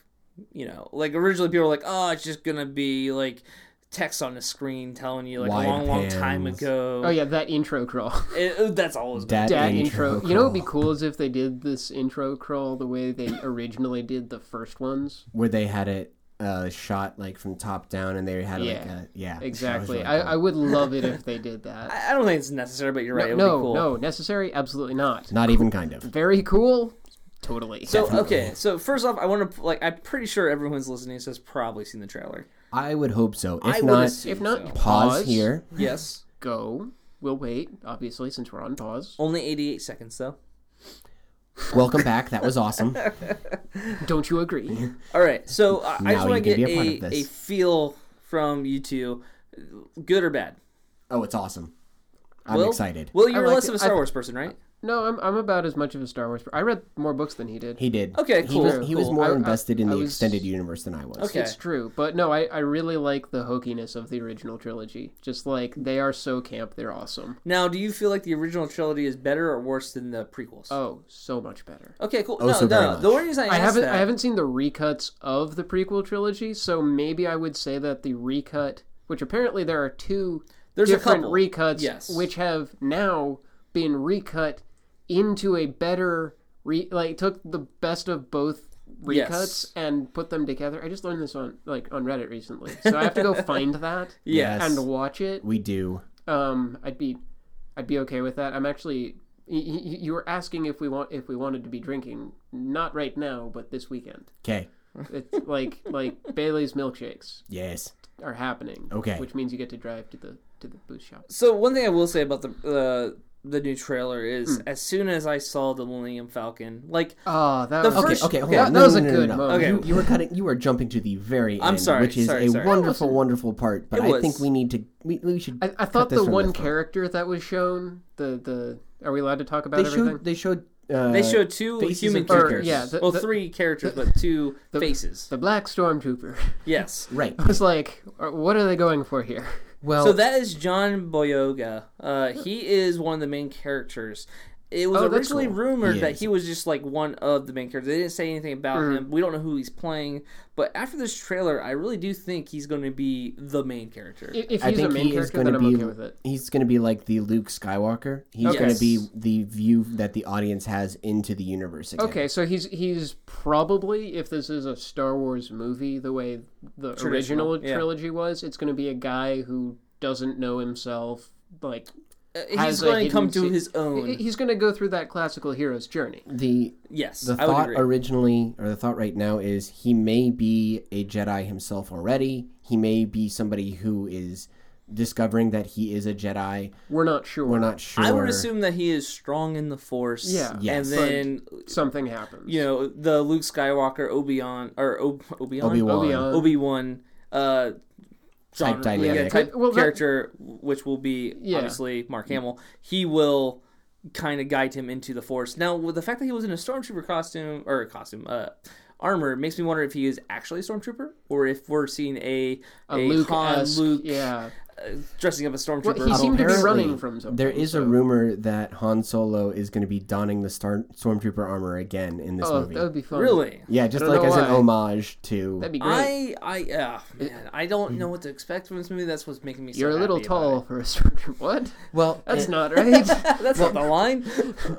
Speaker 3: you know, like originally people were like, "Oh, it's just gonna be like text on the screen telling you like
Speaker 1: Wide
Speaker 3: a long, long time
Speaker 1: pans.
Speaker 3: ago."
Speaker 2: Oh yeah, that intro crawl.
Speaker 3: It- it- that's all. It was gonna
Speaker 1: That,
Speaker 2: that
Speaker 1: intro.
Speaker 2: intro. You know what would be
Speaker 1: crawl,
Speaker 2: cool is if they did this intro crawl the way they originally did the first ones.
Speaker 1: where they had it uh, shot like from top down, and they had like
Speaker 2: Yeah.
Speaker 1: a yeah
Speaker 2: Exactly.
Speaker 1: I,
Speaker 2: I, I would love it if they did that.
Speaker 3: I I don't think it's necessary, but you're right. it would
Speaker 2: no,
Speaker 3: be cool.
Speaker 2: no, necessary? Absolutely not.
Speaker 1: not even kind of.
Speaker 2: Very cool? Totally.
Speaker 3: So okay, so first off, I want to like. I'm pretty sure everyone's listening has probably seen the trailer.
Speaker 1: I would hope so. If
Speaker 3: I would
Speaker 1: not,
Speaker 3: assume
Speaker 2: if not,
Speaker 3: so.
Speaker 1: pause
Speaker 2: Pause.
Speaker 1: here.
Speaker 3: yes,
Speaker 2: go. We'll wait, obviously, since we're on pause.
Speaker 3: only 88 seconds though.
Speaker 1: Welcome back. That was awesome.
Speaker 2: Don't you agree?
Speaker 3: All right, so I, I
Speaker 1: Now
Speaker 3: just want
Speaker 1: you
Speaker 3: to
Speaker 1: can
Speaker 3: get
Speaker 1: be a part of
Speaker 3: a,
Speaker 1: this.
Speaker 3: a feel from you two, good or bad.
Speaker 1: Oh, it's awesome. I'm
Speaker 3: Will?
Speaker 1: excited.
Speaker 3: Will, you're
Speaker 2: liked
Speaker 3: less
Speaker 2: it.
Speaker 3: of a
Speaker 2: I
Speaker 3: Star
Speaker 2: th-
Speaker 3: Wars person, right?
Speaker 2: No, I'm, I'm about as much of a Star Wars. per- I read more books than he did.
Speaker 1: He did.
Speaker 3: Okay,
Speaker 1: He was,
Speaker 3: cool,
Speaker 1: he was
Speaker 3: cool.
Speaker 1: more
Speaker 2: I- I-
Speaker 1: invested in
Speaker 2: I
Speaker 1: the
Speaker 2: was-
Speaker 1: extended universe than I was.
Speaker 3: Okay.
Speaker 2: It's true, but no, I, I really like the hokiness of the original trilogy. Just like they are so camp, they're awesome.
Speaker 3: Now, do you feel like the original trilogy is better or worse than the prequels?
Speaker 2: Oh, so much better.
Speaker 3: okay, cool.
Speaker 1: Oh,
Speaker 3: no,
Speaker 1: so very
Speaker 3: no.
Speaker 1: much.
Speaker 3: The only reason I,
Speaker 2: I
Speaker 3: asked
Speaker 2: haven't
Speaker 3: that,
Speaker 2: I haven't seen the recuts of the prequel trilogy, so maybe I would say that the recut, which apparently there are two
Speaker 3: There's a
Speaker 2: different
Speaker 3: couple.
Speaker 2: recuts,
Speaker 3: Yes.
Speaker 2: which have now been recut into a better re like took the best of both recuts
Speaker 3: Yes.
Speaker 2: and put them together. I just learned this on like on Reddit recently, so I have to go find that
Speaker 3: Yes.
Speaker 2: and watch it.
Speaker 1: We do.
Speaker 2: Um, I'd be I'd be okay with that. I'm actually. y- y- y- You were asking if we want if we wanted to be drinking, not right now, but this weekend.
Speaker 1: Okay.
Speaker 2: It's like like Bailey's milkshakes
Speaker 1: Yes.
Speaker 2: are happening.
Speaker 1: Okay.
Speaker 2: Which means you get to drive to the to the booth shop.
Speaker 3: So one thing I will say about the uh, the new trailer is,
Speaker 2: Hmm.
Speaker 3: as soon as I saw the Millennium Falcon, like
Speaker 2: Oh, that
Speaker 3: The
Speaker 2: was
Speaker 3: was-
Speaker 1: Okay.
Speaker 3: First-
Speaker 1: Okay. Hold
Speaker 2: yeah,
Speaker 1: on.
Speaker 2: that
Speaker 1: No,
Speaker 2: was
Speaker 1: no,
Speaker 2: a
Speaker 1: no, no,
Speaker 2: good
Speaker 1: no.
Speaker 2: moment.
Speaker 3: Okay.
Speaker 1: You, you were cutting. You were jumping to the very.
Speaker 3: I'm
Speaker 1: end,
Speaker 3: sorry,
Speaker 1: Which is
Speaker 3: sorry,
Speaker 1: a
Speaker 3: sorry.
Speaker 1: wonderful, wonderful part. But
Speaker 3: It
Speaker 1: I
Speaker 3: was.
Speaker 1: think we need to. We, we should.
Speaker 2: I, I
Speaker 1: cut
Speaker 2: thought
Speaker 1: this
Speaker 2: the
Speaker 1: from
Speaker 2: one
Speaker 1: this
Speaker 2: character that was shown the the are we allowed to talk about
Speaker 1: They
Speaker 2: everything?
Speaker 1: showed. They showed. Uh,
Speaker 3: they showed two
Speaker 1: faces
Speaker 3: human
Speaker 1: of- or,
Speaker 3: characters.
Speaker 2: yeah, the-
Speaker 3: well,
Speaker 2: the-
Speaker 3: three characters, but two
Speaker 2: the-
Speaker 3: faces.
Speaker 2: The black stormtrooper.
Speaker 3: yes.
Speaker 1: Right.
Speaker 2: I was like, "Uh, what are they going for here?
Speaker 1: Well.
Speaker 3: So that is John Boyega. Uh, he is one of the main characters. It was
Speaker 2: Oh, that's
Speaker 3: originally
Speaker 2: cool.
Speaker 3: rumored
Speaker 1: He
Speaker 3: that
Speaker 1: is.
Speaker 3: he was just like one of the main characters. They didn't say anything about
Speaker 2: Mm.
Speaker 3: him. We don't know who he's playing. But after this trailer, I really do think he's going to be the main character.
Speaker 2: I- If
Speaker 1: I
Speaker 2: he's a
Speaker 1: think
Speaker 2: main
Speaker 1: he is
Speaker 2: character,
Speaker 1: going
Speaker 2: then
Speaker 1: to
Speaker 2: I'm
Speaker 1: be.
Speaker 2: okay with it.
Speaker 1: He's going to be like the Luke Skywalker. He's
Speaker 3: Okay.
Speaker 1: going to be the view that the audience has into the universe. Again.
Speaker 2: Okay, so he's he's probably if this is a Star Wars movie, the way the
Speaker 3: Traditional,
Speaker 2: original
Speaker 3: yeah.
Speaker 2: trilogy was, it's going to be a guy who doesn't know himself. Like
Speaker 3: Uh,
Speaker 2: has
Speaker 3: he's
Speaker 2: a
Speaker 3: going to come
Speaker 2: hidden
Speaker 3: to
Speaker 2: se-
Speaker 3: his own.
Speaker 2: he- he's going to go through that classical hero's journey.
Speaker 1: The
Speaker 3: yes,
Speaker 1: the
Speaker 3: I would
Speaker 1: thought
Speaker 3: agree.
Speaker 1: originally, or the thought right now, is he may be a Jedi himself already. He may be somebody who is discovering that he is a Jedi.
Speaker 2: We're not sure.
Speaker 1: We're not sure.
Speaker 3: I would assume that he is strong in the Force.
Speaker 2: Yeah.
Speaker 1: Yes.
Speaker 3: And then
Speaker 2: Something happens.
Speaker 3: you know the Luke Skywalker, Obi Wan, or Ob- Obi Wan,
Speaker 1: Obi-Wan.
Speaker 2: Obi-Wan.
Speaker 3: Obi Wan, uh, genre-
Speaker 1: dynamic.
Speaker 3: yeah, type
Speaker 2: Yeah, well, that-
Speaker 3: character, which will be
Speaker 2: Yeah.
Speaker 3: obviously Mark Hamill. He will kind of guide him into the Force. Now, with the fact that he was in a stormtrooper costume or costume uh, armor, makes me wonder if he is actually a stormtrooper or if we're seeing a
Speaker 2: a
Speaker 3: a
Speaker 2: Luke
Speaker 3: Han Luke
Speaker 2: Yeah.
Speaker 3: uh, dressing up as a
Speaker 2: Well,
Speaker 3: stormtrooper.
Speaker 2: he seemed to be
Speaker 1: Apparently,
Speaker 2: running from something.
Speaker 1: There is a
Speaker 2: so-
Speaker 1: rumor that Han Solo is going to be donning the Star- Stormtrooper armor again in this
Speaker 2: Oh,
Speaker 1: movie.
Speaker 2: that would be fun.
Speaker 3: really.
Speaker 1: yeah, just
Speaker 2: I don't
Speaker 1: like
Speaker 2: know
Speaker 1: as an
Speaker 2: why.
Speaker 1: homage to.
Speaker 2: That'd be great.
Speaker 3: I I uh, man, I don't know what to expect from this movie. That's what's making me. So
Speaker 2: You're a little
Speaker 3: happy about
Speaker 2: tall
Speaker 3: it.
Speaker 2: for a stormtrooper. What?
Speaker 1: well,
Speaker 2: That's
Speaker 1: and-
Speaker 2: not right.
Speaker 3: That's not the line.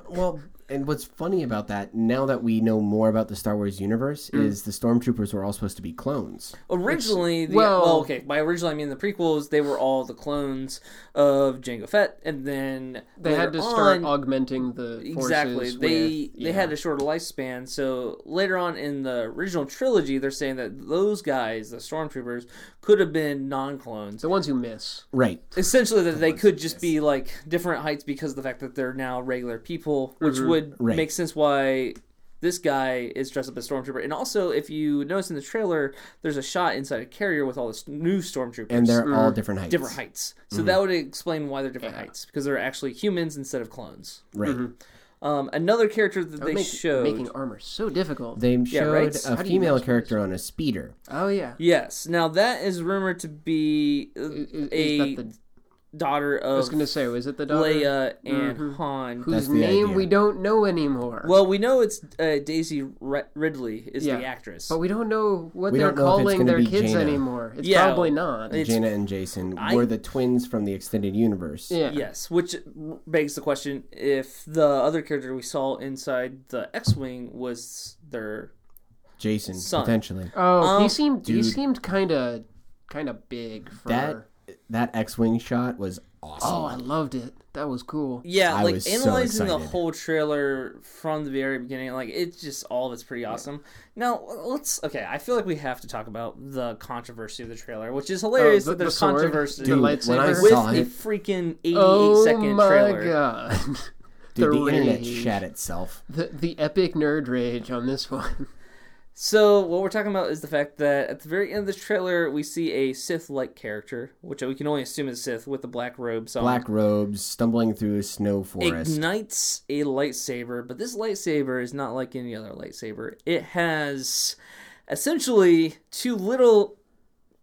Speaker 1: well, and what's funny about that now that we know more about the Star Wars universe
Speaker 2: Hmm.
Speaker 1: is the Stormtroopers were all supposed to be clones.
Speaker 3: Originally, the, well,
Speaker 2: well-
Speaker 3: okay. By originally, I mean the prequels. They were all the clones of Jango Fett, and then
Speaker 2: they had
Speaker 3: later
Speaker 2: to start
Speaker 3: on-
Speaker 2: augmenting the forces.
Speaker 3: exactly.
Speaker 2: with-
Speaker 3: They they
Speaker 2: yeah.
Speaker 3: had a shorter lifespan. So later on in the original trilogy, they're saying that those guys, the stormtroopers, could have been non-clones.
Speaker 2: the ones who miss.
Speaker 1: Right.
Speaker 3: Essentially, that they could just be like different heights because of the fact that they're now regular people, which
Speaker 2: Mm-hmm.
Speaker 3: would
Speaker 1: Right.
Speaker 3: make sense why. This guy is dressed up as stormtrooper, and also if you notice in the trailer, there's a shot inside a carrier with all this new stormtroopers.
Speaker 1: And they're
Speaker 2: Mm-hmm.
Speaker 1: all different heights.
Speaker 3: different heights. So that would explain why they're different heights because they're actually humans instead of clones.
Speaker 1: Right.
Speaker 2: Mm-hmm.
Speaker 3: Um, another character that, they
Speaker 2: Make,
Speaker 3: showed.
Speaker 2: making armor so difficult.
Speaker 1: They showed
Speaker 3: right? How
Speaker 1: a
Speaker 2: do you
Speaker 1: female
Speaker 2: match
Speaker 1: character on a speeder.
Speaker 2: oh yeah.
Speaker 3: Yes. Now that is rumored to be uh,
Speaker 2: Is, is
Speaker 3: a
Speaker 2: that the? Mm-hmm.
Speaker 3: daughter
Speaker 2: I
Speaker 3: of
Speaker 2: was gonna say, was it the daughter
Speaker 3: Leia and Han.
Speaker 1: That's
Speaker 2: whose
Speaker 1: the
Speaker 2: name
Speaker 1: idea.
Speaker 2: we don't know anymore?
Speaker 3: well, we know it's uh, Daisy Ri- Ridley is
Speaker 2: Yeah. Oh,
Speaker 3: the actress.
Speaker 2: but we don't know what
Speaker 1: We
Speaker 2: they're
Speaker 1: don't know if it's
Speaker 2: calling
Speaker 1: gonna
Speaker 2: their
Speaker 1: be
Speaker 2: kids
Speaker 1: Jaina.
Speaker 2: anymore. It's
Speaker 3: Yeah.
Speaker 2: probably not.
Speaker 3: It's-
Speaker 1: Jaina and Jason
Speaker 3: I-
Speaker 1: were the twins from the extended universe.
Speaker 2: yeah.
Speaker 3: Yes, which begs the question if the other character we saw inside the X-wing was their
Speaker 1: Jason,
Speaker 3: Son.
Speaker 1: potentially.
Speaker 2: Oh,
Speaker 3: Um,
Speaker 2: he seemed he
Speaker 1: dude.
Speaker 2: seemed kind of kind of big for.
Speaker 1: That that X-wing shot was awesome.
Speaker 2: oh, I loved it. That was cool.
Speaker 3: Yeah,
Speaker 1: I
Speaker 3: like
Speaker 1: was so
Speaker 3: analyzing the
Speaker 1: excited.
Speaker 3: whole trailer from the very beginning, like it's just all of it's pretty awesome. Now let's okay. I feel like we have to talk about the controversy of the trailer, which is hilarious
Speaker 2: Oh, the-
Speaker 3: that
Speaker 2: the
Speaker 3: there's
Speaker 2: sword?
Speaker 3: controversy
Speaker 2: Dude,
Speaker 3: with
Speaker 2: light-
Speaker 1: when I
Speaker 2: lightsaber?
Speaker 3: a
Speaker 1: saw it,
Speaker 3: freaking 88 second
Speaker 2: Oh my
Speaker 3: trailer.
Speaker 2: god.
Speaker 1: dude, the internet
Speaker 2: rage.
Speaker 1: shat itself.
Speaker 2: The, the epic nerd rage on this one.
Speaker 3: So what we're talking about is the fact that at the very end of the trailer, we see a Sith-like character, which we can only assume is Sith, with the black robes on.
Speaker 1: Black robes stumbling through a snow forest.
Speaker 3: ignites a lightsaber, but this lightsaber is not like any other lightsaber. It has essentially two little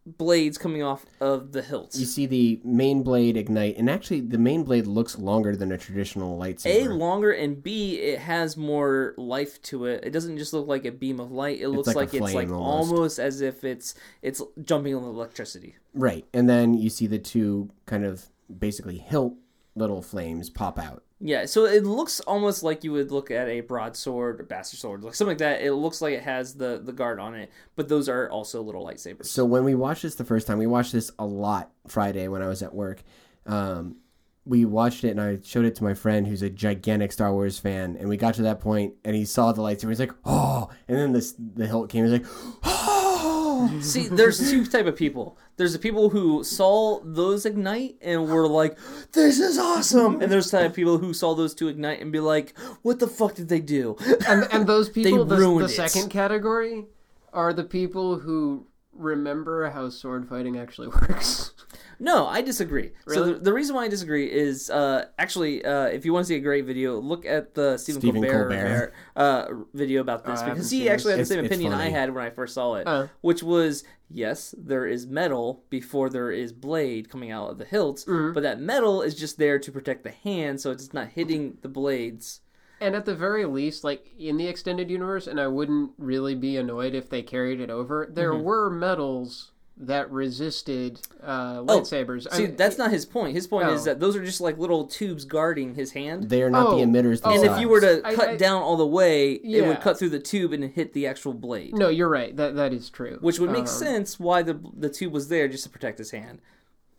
Speaker 3: blades coming off of the hilt.
Speaker 1: you see the main blade ignite, and actually the main blade looks longer than a traditional
Speaker 3: A
Speaker 1: lightsaber.
Speaker 3: longer and B it has more life to it. It doesn't just look like a beam of light. It looks
Speaker 1: like a
Speaker 3: like, it's
Speaker 1: flame
Speaker 3: like almost.
Speaker 1: almost.
Speaker 3: as if it's it's jumping on electricity.
Speaker 1: right, and then you see the two kind of basically hilt little flames pop out.
Speaker 3: Yeah, so it looks almost like you would look at a broadsword or bastard sword, like something like that. It looks like it has the the guard on it, but those are also little lightsabers.
Speaker 1: So when we watched this the first time, we watched this a lot Friday when I was at work. Um, we watched it and I showed it to my friend who's a gigantic Star Wars fan, and we got to that point and he saw the lightsaber. He's like, "Oh!" And then this the hilt came. He's like, "Oh!"
Speaker 3: See, there's two type of people. There's the people who saw those ignite and were like, "This is awesome," and there's the type of people who saw those two ignite and be like, "What the fuck did they do?"
Speaker 2: And and those people the,
Speaker 3: ruined
Speaker 2: the
Speaker 3: it.
Speaker 2: second category are the people who remember how sword fighting actually works.
Speaker 3: No, I disagree. So
Speaker 2: Really?
Speaker 3: the, the reason why I disagree is uh, actually, uh, if you want to see a great video, look at the Stephen,
Speaker 1: Stephen
Speaker 3: Colbert,
Speaker 1: Colbert.
Speaker 3: Uh, video about this
Speaker 2: Oh, I haven't
Speaker 3: because he
Speaker 2: seen
Speaker 3: actually had the
Speaker 1: this.
Speaker 3: same
Speaker 1: It's- it's
Speaker 3: opinion I
Speaker 1: funny.
Speaker 3: had when I first saw it,
Speaker 2: Oh.
Speaker 3: which was yes, there is metal before there is blade coming out of the hilts,
Speaker 2: Mm-hmm.
Speaker 3: but that metal is just there to protect the hand, so it's not hitting the blades.
Speaker 2: And at the very least, like in the extended universe, and I wouldn't really be annoyed if they carried it over. There
Speaker 3: Mm-hmm.
Speaker 2: were metals that resisted uh, lightsabers.
Speaker 3: Oh, See,
Speaker 2: I-
Speaker 3: that's not his point. His point is
Speaker 2: No.
Speaker 3: that those are just like little tubes guarding his hand.
Speaker 1: They are not
Speaker 2: Oh.
Speaker 1: the emitters.
Speaker 2: And
Speaker 1: Themselves.
Speaker 3: and if you were to
Speaker 2: I-
Speaker 3: cut
Speaker 2: I-
Speaker 3: down all the way, it
Speaker 2: Yeah.
Speaker 3: would cut through the tube and hit the actual blade.
Speaker 2: no, you're right. That that is true.
Speaker 3: which would make
Speaker 2: Um,
Speaker 3: sense why the the tube was there just to protect his hand.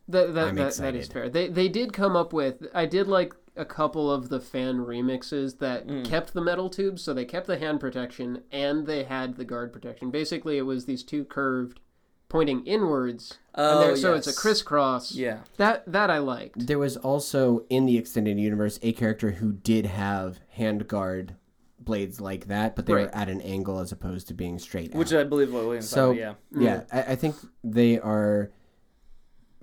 Speaker 2: That that,
Speaker 1: I'm
Speaker 2: that, that is
Speaker 1: excited.
Speaker 2: fair. They they did come up with. I did like a couple of the fan remixes that
Speaker 3: Mm.
Speaker 2: kept the metal tubes, so they kept the hand protection and they had the guard protection. Basically, it was these two curved pointing inwards.
Speaker 3: Oh,
Speaker 2: and there, So it's a
Speaker 3: yes.
Speaker 2: crisscross.
Speaker 3: Yeah.
Speaker 2: That that I liked.
Speaker 1: There was also in the extended universe a character who did have handguard blades like that, but they
Speaker 2: Right.
Speaker 1: were at an angle as opposed to being straight.
Speaker 3: Which
Speaker 1: out.
Speaker 3: I believe what Williams
Speaker 1: so
Speaker 3: thought, yeah.
Speaker 1: yeah, I, I think they are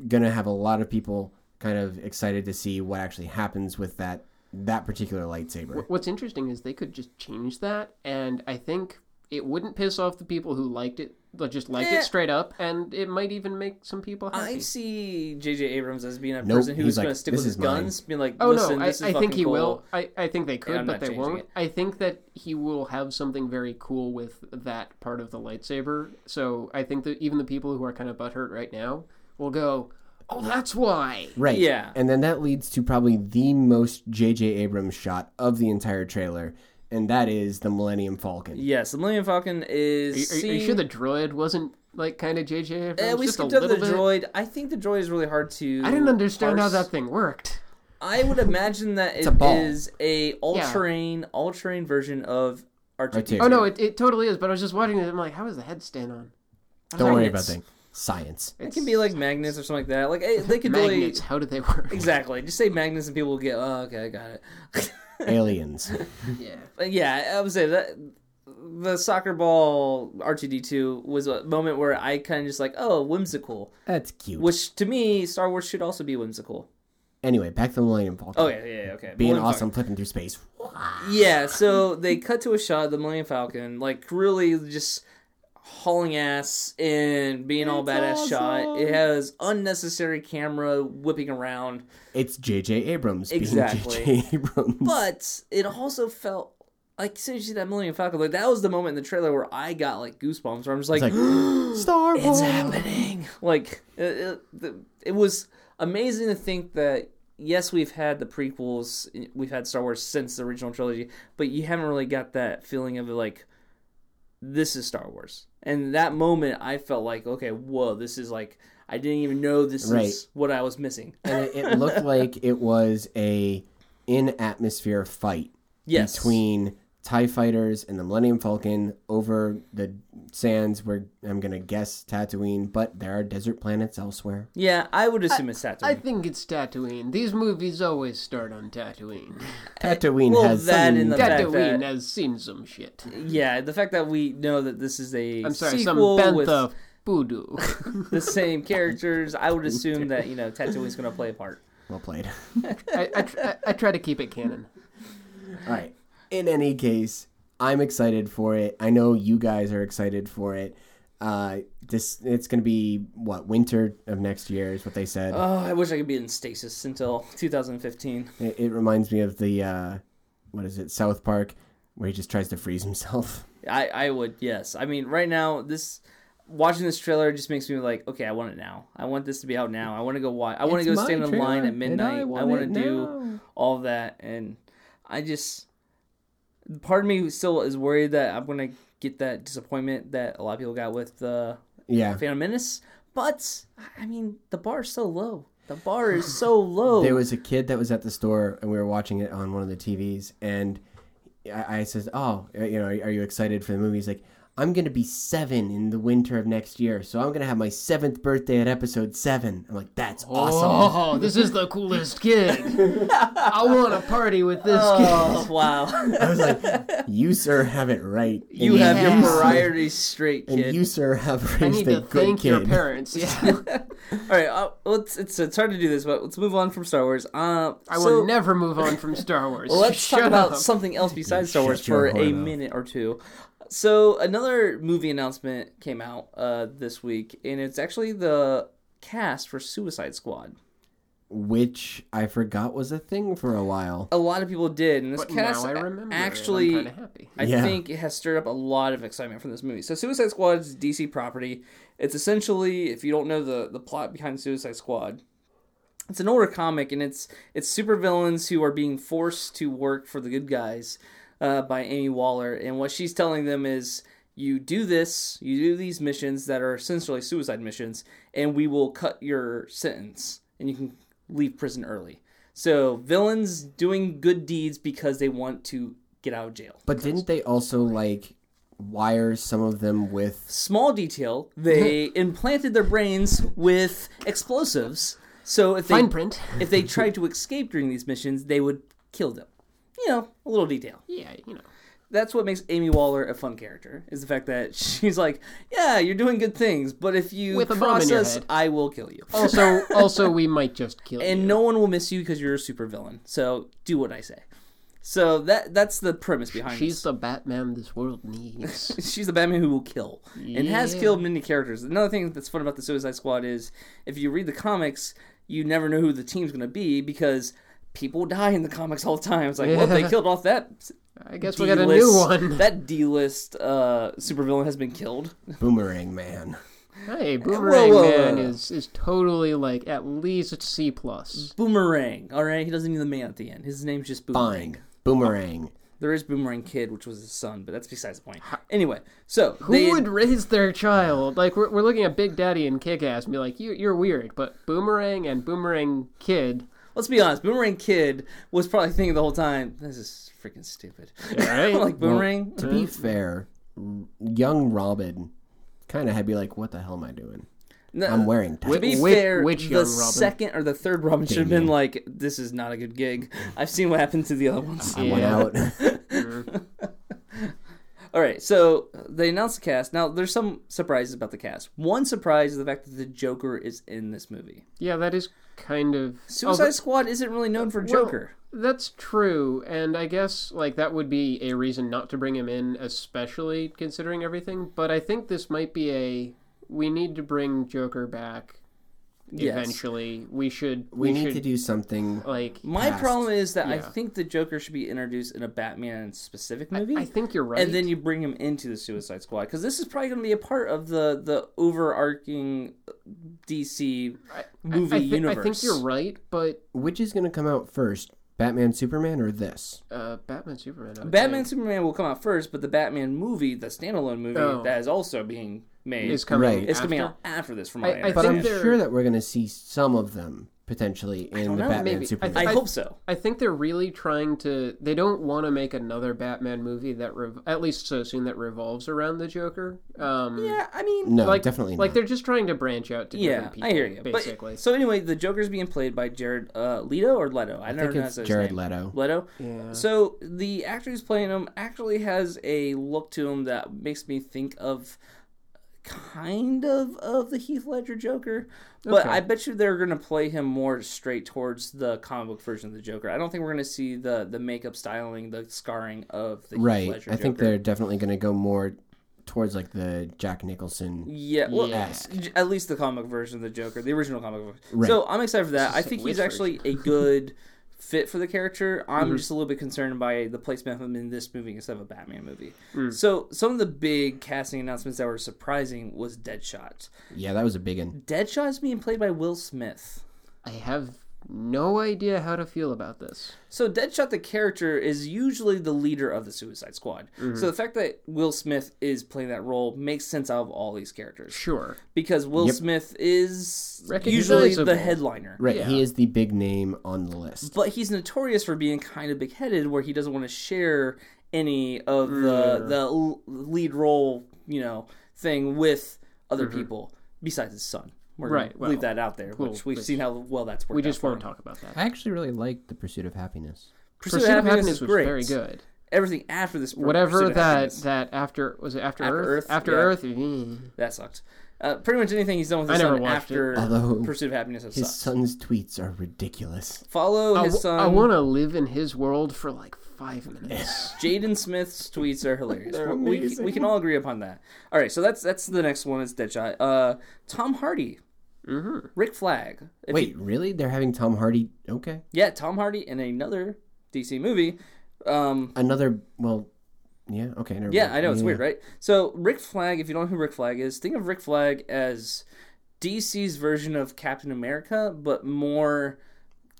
Speaker 1: gonna have a lot of people kind of excited to see what actually happens with that that particular lightsaber.
Speaker 2: Wh- What's interesting is they could just change that, and I think it wouldn't piss off the people who liked it, that just liked
Speaker 3: Eh.
Speaker 2: it straight up, and it might even make some people happy.
Speaker 3: I see J.J. Abrams as being a
Speaker 1: Nope,
Speaker 3: person
Speaker 1: he's
Speaker 3: who's going
Speaker 1: like,
Speaker 3: to stick
Speaker 1: "This
Speaker 3: with
Speaker 1: is
Speaker 3: his
Speaker 1: mine."
Speaker 3: guns, being like,
Speaker 2: Oh
Speaker 3: "Listen,
Speaker 2: no, I,
Speaker 3: this is
Speaker 2: I
Speaker 3: fucking
Speaker 2: think he
Speaker 3: cool."
Speaker 2: will. I, I think they could,
Speaker 3: I'm
Speaker 2: but
Speaker 3: not
Speaker 2: they
Speaker 3: changing
Speaker 2: won't.
Speaker 3: it.
Speaker 2: I think that he will have something very cool with that part of the lightsaber. So I think that even the people who are kind of butthurt right now will go, "Oh, that's why."
Speaker 1: Right.
Speaker 3: Yeah.
Speaker 1: And then that leads to probably the most J.J. Abrams shot of the entire trailer, and that is the Millennium Falcon.
Speaker 3: Yes, the Millennium Falcon is.
Speaker 2: Are, you- are you- are you
Speaker 3: seen-
Speaker 2: sure the droid wasn't like kind of JJ Abrams?
Speaker 3: Eh, we
Speaker 2: just a
Speaker 3: skipped over the
Speaker 2: little bit?
Speaker 3: droid. I think the droid is really hard to.
Speaker 2: I didn't understand
Speaker 3: parse.
Speaker 2: how that thing worked.
Speaker 3: I would imagine that it
Speaker 1: a ball.
Speaker 3: is a all-terrain, all-terrain version of R2.
Speaker 1: R2.
Speaker 2: Oh no, it, it totally is. But I was just watching it. I'm like, how is the head stand on? I
Speaker 1: Don't
Speaker 2: like,
Speaker 1: worry about
Speaker 3: Magnets.
Speaker 1: that. Science.
Speaker 3: it can be like magnets or something like that. Like eh, they could really
Speaker 2: magnets. How do they work?
Speaker 3: exactly just say magnets and people will get. Oh, okay, I got it.
Speaker 1: Aliens.
Speaker 2: Yeah.
Speaker 3: But yeah, I would say that the soccer ball R2D2 was a moment where I kind of just like, oh, whimsical.
Speaker 1: That's cute.
Speaker 3: Which to me, Star Wars should also be whimsical.
Speaker 1: Anyway, back to the Millennium Falcon.
Speaker 3: Oh yeah, yeah, yeah, okay.
Speaker 1: Being
Speaker 3: Millennium
Speaker 1: awesome, flipping through space.
Speaker 3: Falcon. Yeah, so they cut to a shot of the Millennium Falcon, like really just hauling ass and being all badass shot. It has unnecessary camera whipping around,
Speaker 1: It's J.J. Abrams.
Speaker 3: Exactly.
Speaker 1: Being J.J. Abrams.
Speaker 3: but it also felt like as soon as you see that Millennium Falcon, like that was the moment in the trailer where I got like goosebumps, where I'm just like,
Speaker 1: like, Star Wars.
Speaker 3: it's happening. Like it, it, the- it was amazing to think that yes, we've had the prequels, we've had Star Wars since the original trilogy, but you haven't really got that feeling of like this is Star Wars. And that moment, I felt like okay, whoa, this is like I didn't even know this
Speaker 1: Right.
Speaker 3: is what I was missing.
Speaker 1: and it, it looked like it was a in atmosphere fight
Speaker 3: Yes,
Speaker 1: between Tie Fighters and the Millennium Falcon over the sands where I'm gonna guess Tatooine, but there are desert planets elsewhere.
Speaker 3: yeah, I would assume it's Tatooine.
Speaker 2: I think it's Tatooine. These movies always start on Tatooine.
Speaker 1: Tatooine
Speaker 3: Eh, well,
Speaker 1: has
Speaker 3: that
Speaker 1: some-
Speaker 3: in the fact
Speaker 2: Tatooine
Speaker 3: that-
Speaker 2: has seen some shit.
Speaker 3: yeah, the fact that we know that this is a
Speaker 2: I'm sorry,
Speaker 3: sequel
Speaker 2: some bent
Speaker 3: with
Speaker 2: of voodoo.
Speaker 3: the same characters, I would assume that you know Tatooine's going to play a part.
Speaker 1: well played.
Speaker 2: I, I, tr- I, I try to keep it canon.
Speaker 1: All right. In any case, I'm excited for it. I know you guys are excited for it. Uh, this it's gonna be what winter of next year is what they said.
Speaker 3: Oh, I wish I could be in stasis until 2015.
Speaker 1: It, it reminds me of the uh, what is it, South Park, where he just tries to freeze himself.
Speaker 3: I, I would, yes. I mean, right now, this watching this trailer just makes me like, okay, I want it now. I want this to be out now. I want to go watch. I want to
Speaker 1: It's
Speaker 3: go
Speaker 1: my
Speaker 3: stand in line
Speaker 1: trailer,
Speaker 3: at
Speaker 1: and I
Speaker 3: midnight. I
Speaker 1: want
Speaker 3: want
Speaker 1: it
Speaker 3: to do
Speaker 1: now.
Speaker 3: all that, and I just part of me still is worried that I'm gonna get that disappointment that a lot of people got with the
Speaker 1: Yeah,
Speaker 3: Phantom Menace. But I mean, the bar is so low. The bar is so low.
Speaker 1: there was a kid that was at the store, and we were watching it on one of the TVs, and I, I says, "Oh, you know, are you excited for the movie?" He's like. I'm gonna be seven in the winter of next year, so I'm gonna have my seventh birthday at episode seven. I'm like, that's awesome.
Speaker 2: Oh, this is the coolest kid. I want to party with this
Speaker 3: oh wow.
Speaker 1: I was like, you sir have it right. And
Speaker 3: You have your
Speaker 2: Yes.
Speaker 3: priorities straight,
Speaker 1: and
Speaker 3: kid.
Speaker 1: you sir have
Speaker 2: kid. I
Speaker 1: raised
Speaker 2: need
Speaker 1: a
Speaker 2: to
Speaker 1: good
Speaker 2: thank
Speaker 1: kid.
Speaker 2: your parents. Yeah,
Speaker 3: All right, uh, let's. It's, it's hard to do this, but let's move on from Star Wars. Uh,
Speaker 2: I
Speaker 3: so
Speaker 2: will never move on from Star Wars.
Speaker 3: Let's
Speaker 2: Shut
Speaker 3: talk about
Speaker 2: up.
Speaker 3: something else besides Star
Speaker 1: shut
Speaker 3: Wars
Speaker 1: your
Speaker 3: for a
Speaker 1: whore mouth.
Speaker 3: minute or two. So another movie announcement came out uh, this week, and it's actually the cast for Suicide Squad.
Speaker 1: which I forgot was a thing for a while.
Speaker 3: A lot of people did, and this
Speaker 2: But
Speaker 3: cast
Speaker 2: now I remember.
Speaker 3: actually
Speaker 2: kind of happy.
Speaker 3: I
Speaker 1: Yeah.
Speaker 3: think it has stirred up a lot of excitement from this movie. So Suicide Squad is DC property. It's essentially, if you don't know the the plot behind Suicide Squad, it's an older comic and it's it's supervillains who are being forced to work for the good guys uh, by Amy Waller. And what she's telling them is you do this, you do these missions that are essentially suicide missions, and we will cut your sentence and you can leave prison early. So villains doing good deeds because they want to get out of jail.
Speaker 1: But didn't they also like wires, some of them with
Speaker 3: Small detail: they implanted their brains with explosives, so if they
Speaker 2: Fine print.
Speaker 3: if they tried to escape during these missions, they would kill them. You know, a little detail.
Speaker 2: Yeah, you know.
Speaker 3: that's what makes Amy Waller a fun character is the fact that she's like, yeah, you're doing good things, but if you
Speaker 2: With a bomb in your
Speaker 3: process,
Speaker 2: head."
Speaker 3: I will kill you,
Speaker 2: Also, also, we might just kill
Speaker 3: and
Speaker 2: you.
Speaker 3: no one will miss you because you're a supervillain. So do what I say. So that that's the premise behind.
Speaker 2: She's
Speaker 3: She's
Speaker 2: the Batman this world needs.
Speaker 3: she's the Batman who will kill and has
Speaker 2: Yeah.
Speaker 3: killed many characters. Another thing that's fun about the Suicide Squad is if you read the comics, you never know who the team's going to be because. People die in the comics all the time. It's like, well, they killed off that
Speaker 2: I guess we got a new
Speaker 3: D-list-
Speaker 2: one.
Speaker 3: That D-list uh, supervillain has been killed.
Speaker 1: Boomerang Man.
Speaker 2: Hey, Boomerang
Speaker 3: whoa,
Speaker 2: Man
Speaker 3: whoa.
Speaker 2: is is totally like at least C plus.
Speaker 3: Boomerang. All right, he doesn't need the man at the end. His name's just Boomerang.
Speaker 1: Fine. Boomerang.
Speaker 3: There is Boomerang Kid, which was his son, but that's besides the point. Anyway, so
Speaker 2: Who
Speaker 3: they
Speaker 2: would raise their child? Like we're, we're looking at Big Daddy and Kick Ass and be like, you you're weird, but Boomerang and Boomerang Kid,
Speaker 3: let's be honest. Boomerang Kid was probably thinking the whole time, "This is freaking stupid."
Speaker 2: right?
Speaker 3: like Boomerang.
Speaker 1: To
Speaker 2: Uh-huh.
Speaker 1: be fair, r- young Robin kind of had be like, "What the hell am I doing?
Speaker 2: Uh,
Speaker 3: No,
Speaker 1: I'm wearing tights."
Speaker 3: to be
Speaker 2: Which-
Speaker 3: fair,
Speaker 2: which
Speaker 3: the
Speaker 2: young Robin?
Speaker 3: second or the third Robin should have been like, "This is not a good gig." I've seen what happened to the other ones.
Speaker 1: I went
Speaker 2: Yeah.
Speaker 1: out.
Speaker 3: All right, so they announced the cast. Now, there's some surprises about the cast. One surprise is the fact that the Joker is in this movie.
Speaker 2: Yeah, that is kind of
Speaker 3: Suicide Squad isn't really known for
Speaker 2: Well,
Speaker 3: Joker.
Speaker 2: that's true, and I guess like that would be a reason not to bring him in, especially considering everything. But I think this might be a we need to bring Joker back
Speaker 3: Yes.
Speaker 2: eventually. We should
Speaker 1: We, need
Speaker 2: should, Uh,
Speaker 1: to do something.
Speaker 2: like
Speaker 3: My
Speaker 1: past.
Speaker 3: problem is that I
Speaker 2: Yeah.
Speaker 3: think the Joker should be introduced in a Batman specific movie,
Speaker 2: I think you're right.
Speaker 3: and then you bring him into the Suicide Squad because this is probably going to be a part of the the overarching DC movie
Speaker 2: I, thi-
Speaker 3: universe.
Speaker 2: I think you're right, but
Speaker 1: Which is going to come out first, Batman, Superman, or this?
Speaker 2: uh, Batman Superman. I would
Speaker 3: Batman
Speaker 2: say,
Speaker 3: Superman will come out first, but the Batman movie, the standalone movie
Speaker 2: Oh.
Speaker 3: that is also being made,
Speaker 2: is
Speaker 3: is
Speaker 2: coming.
Speaker 1: Right.
Speaker 3: it's coming
Speaker 2: after.
Speaker 3: out after this. From
Speaker 2: I-
Speaker 3: my
Speaker 2: I
Speaker 3: understanding.
Speaker 1: But
Speaker 2: think
Speaker 1: I'm
Speaker 2: they're-
Speaker 1: sure that we're going to see some of them potentially in the
Speaker 3: know,
Speaker 1: Batman,
Speaker 2: maybe. I
Speaker 1: Superman.
Speaker 2: think-
Speaker 3: I hope so.
Speaker 2: I think they're really trying to. They don't want to make another Batman movie that, rev- at least so soon, that revolves around the Joker. Um,
Speaker 3: Yeah, I mean,
Speaker 1: no,
Speaker 2: like
Speaker 1: Oh, definitely
Speaker 2: like
Speaker 1: not.
Speaker 2: they're just trying to branch out to
Speaker 3: yeah,
Speaker 2: different people.
Speaker 3: I hear you. But-
Speaker 2: Basically,
Speaker 3: so anyway, the Joker's being played by Jared uh, Leto or Leto. I,
Speaker 1: I
Speaker 3: never
Speaker 1: think
Speaker 3: know his
Speaker 1: it's
Speaker 3: name.
Speaker 1: Jared Leto.
Speaker 3: Leto.
Speaker 2: yeah.
Speaker 3: So the actor who's playing him actually has a look to him that makes me think of kind of of the Heath Ledger Joker, but
Speaker 2: Okay.
Speaker 3: I bet you they're going to play him more straight towards the comic book version of the Joker. I don't think we're going to see the the makeup styling, the scarring of the Heath
Speaker 1: Right.
Speaker 3: Ledger
Speaker 1: I think
Speaker 3: Joker.
Speaker 1: they're definitely going to go more towards like the Jack Nicholson.
Speaker 3: Yeah, well,
Speaker 1: Yes.
Speaker 3: j- at least the comic version of the Joker, the original comic book.
Speaker 1: Right.
Speaker 3: So I'm excited for that. I
Speaker 2: This is
Speaker 3: think
Speaker 2: a
Speaker 3: he's
Speaker 2: whiz
Speaker 3: actually a good fit for the character. I'm just a little bit concerned by the placement of him in this movie instead of a Batman movie. So some of the big casting announcements that were surprising was Deadshot.
Speaker 1: Yeah, that was a big one.
Speaker 3: Deadshot is being played by Will Smith.
Speaker 2: I have no idea how to feel about this.
Speaker 3: So Deadshot, the character, is usually the leader of the Suicide Squad. So the fact that Will Smith is playing that role makes sense out of all these characters.
Speaker 2: Sure.
Speaker 3: because Will Smith is usually
Speaker 2: Recognizable.
Speaker 3: the headliner.
Speaker 1: Right.
Speaker 2: Yeah.
Speaker 1: He is the big name on the list.
Speaker 3: But he's notorious for being kind of big headed, where he doesn't want to share any of
Speaker 2: Mm.
Speaker 3: the the l- lead role, you know, thing with other people besides his son. We're gonna
Speaker 2: Mm-hmm. Right, well,
Speaker 3: leave that out there,
Speaker 2: cool,
Speaker 3: which we've
Speaker 2: which-
Speaker 3: seen how well that's worked.
Speaker 2: We just
Speaker 3: out
Speaker 2: won't talk about that.
Speaker 1: I actually really liked The Pursuit of Happiness.
Speaker 3: Pursuit,
Speaker 2: Pursuit of Happiness was very good.
Speaker 3: Everything after this, Pur- Pursuit
Speaker 2: Whatever
Speaker 3: of
Speaker 2: that
Speaker 3: Happiness,
Speaker 2: that after was it after,
Speaker 3: After
Speaker 2: Earth?
Speaker 3: Earth,
Speaker 2: after
Speaker 3: yeah.
Speaker 2: Earth. mm.
Speaker 3: that sucked. Uh, pretty much anything he's done with
Speaker 2: I
Speaker 3: his
Speaker 2: never
Speaker 3: son
Speaker 2: watched
Speaker 3: after
Speaker 1: it. Although
Speaker 3: Pursuit of Happiness has
Speaker 1: His
Speaker 3: sucked.
Speaker 1: son's tweets are ridiculous.
Speaker 3: Follow
Speaker 2: I,
Speaker 3: his um, son.
Speaker 2: want to live in his world for like five minutes.
Speaker 3: Jaden Smith's tweets are hilarious.
Speaker 1: They're
Speaker 3: we,
Speaker 1: amazing.
Speaker 3: we can all agree upon that. All right, so that's that's the next one is Deadshot. Uh, Tom Hardy, mm-hmm. Rick Flag. If
Speaker 1: Wait, really? They're having Tom Hardy? Okay.
Speaker 3: yeah, Tom Hardy in another DC movie. Um,
Speaker 1: Another, well, yeah, okay. Never
Speaker 3: yeah,
Speaker 1: mind.
Speaker 3: I know it's weird, right? So Rick Flag, if you don't know who Rick Flag is, think of Rick Flag as DC's version of Captain America, but more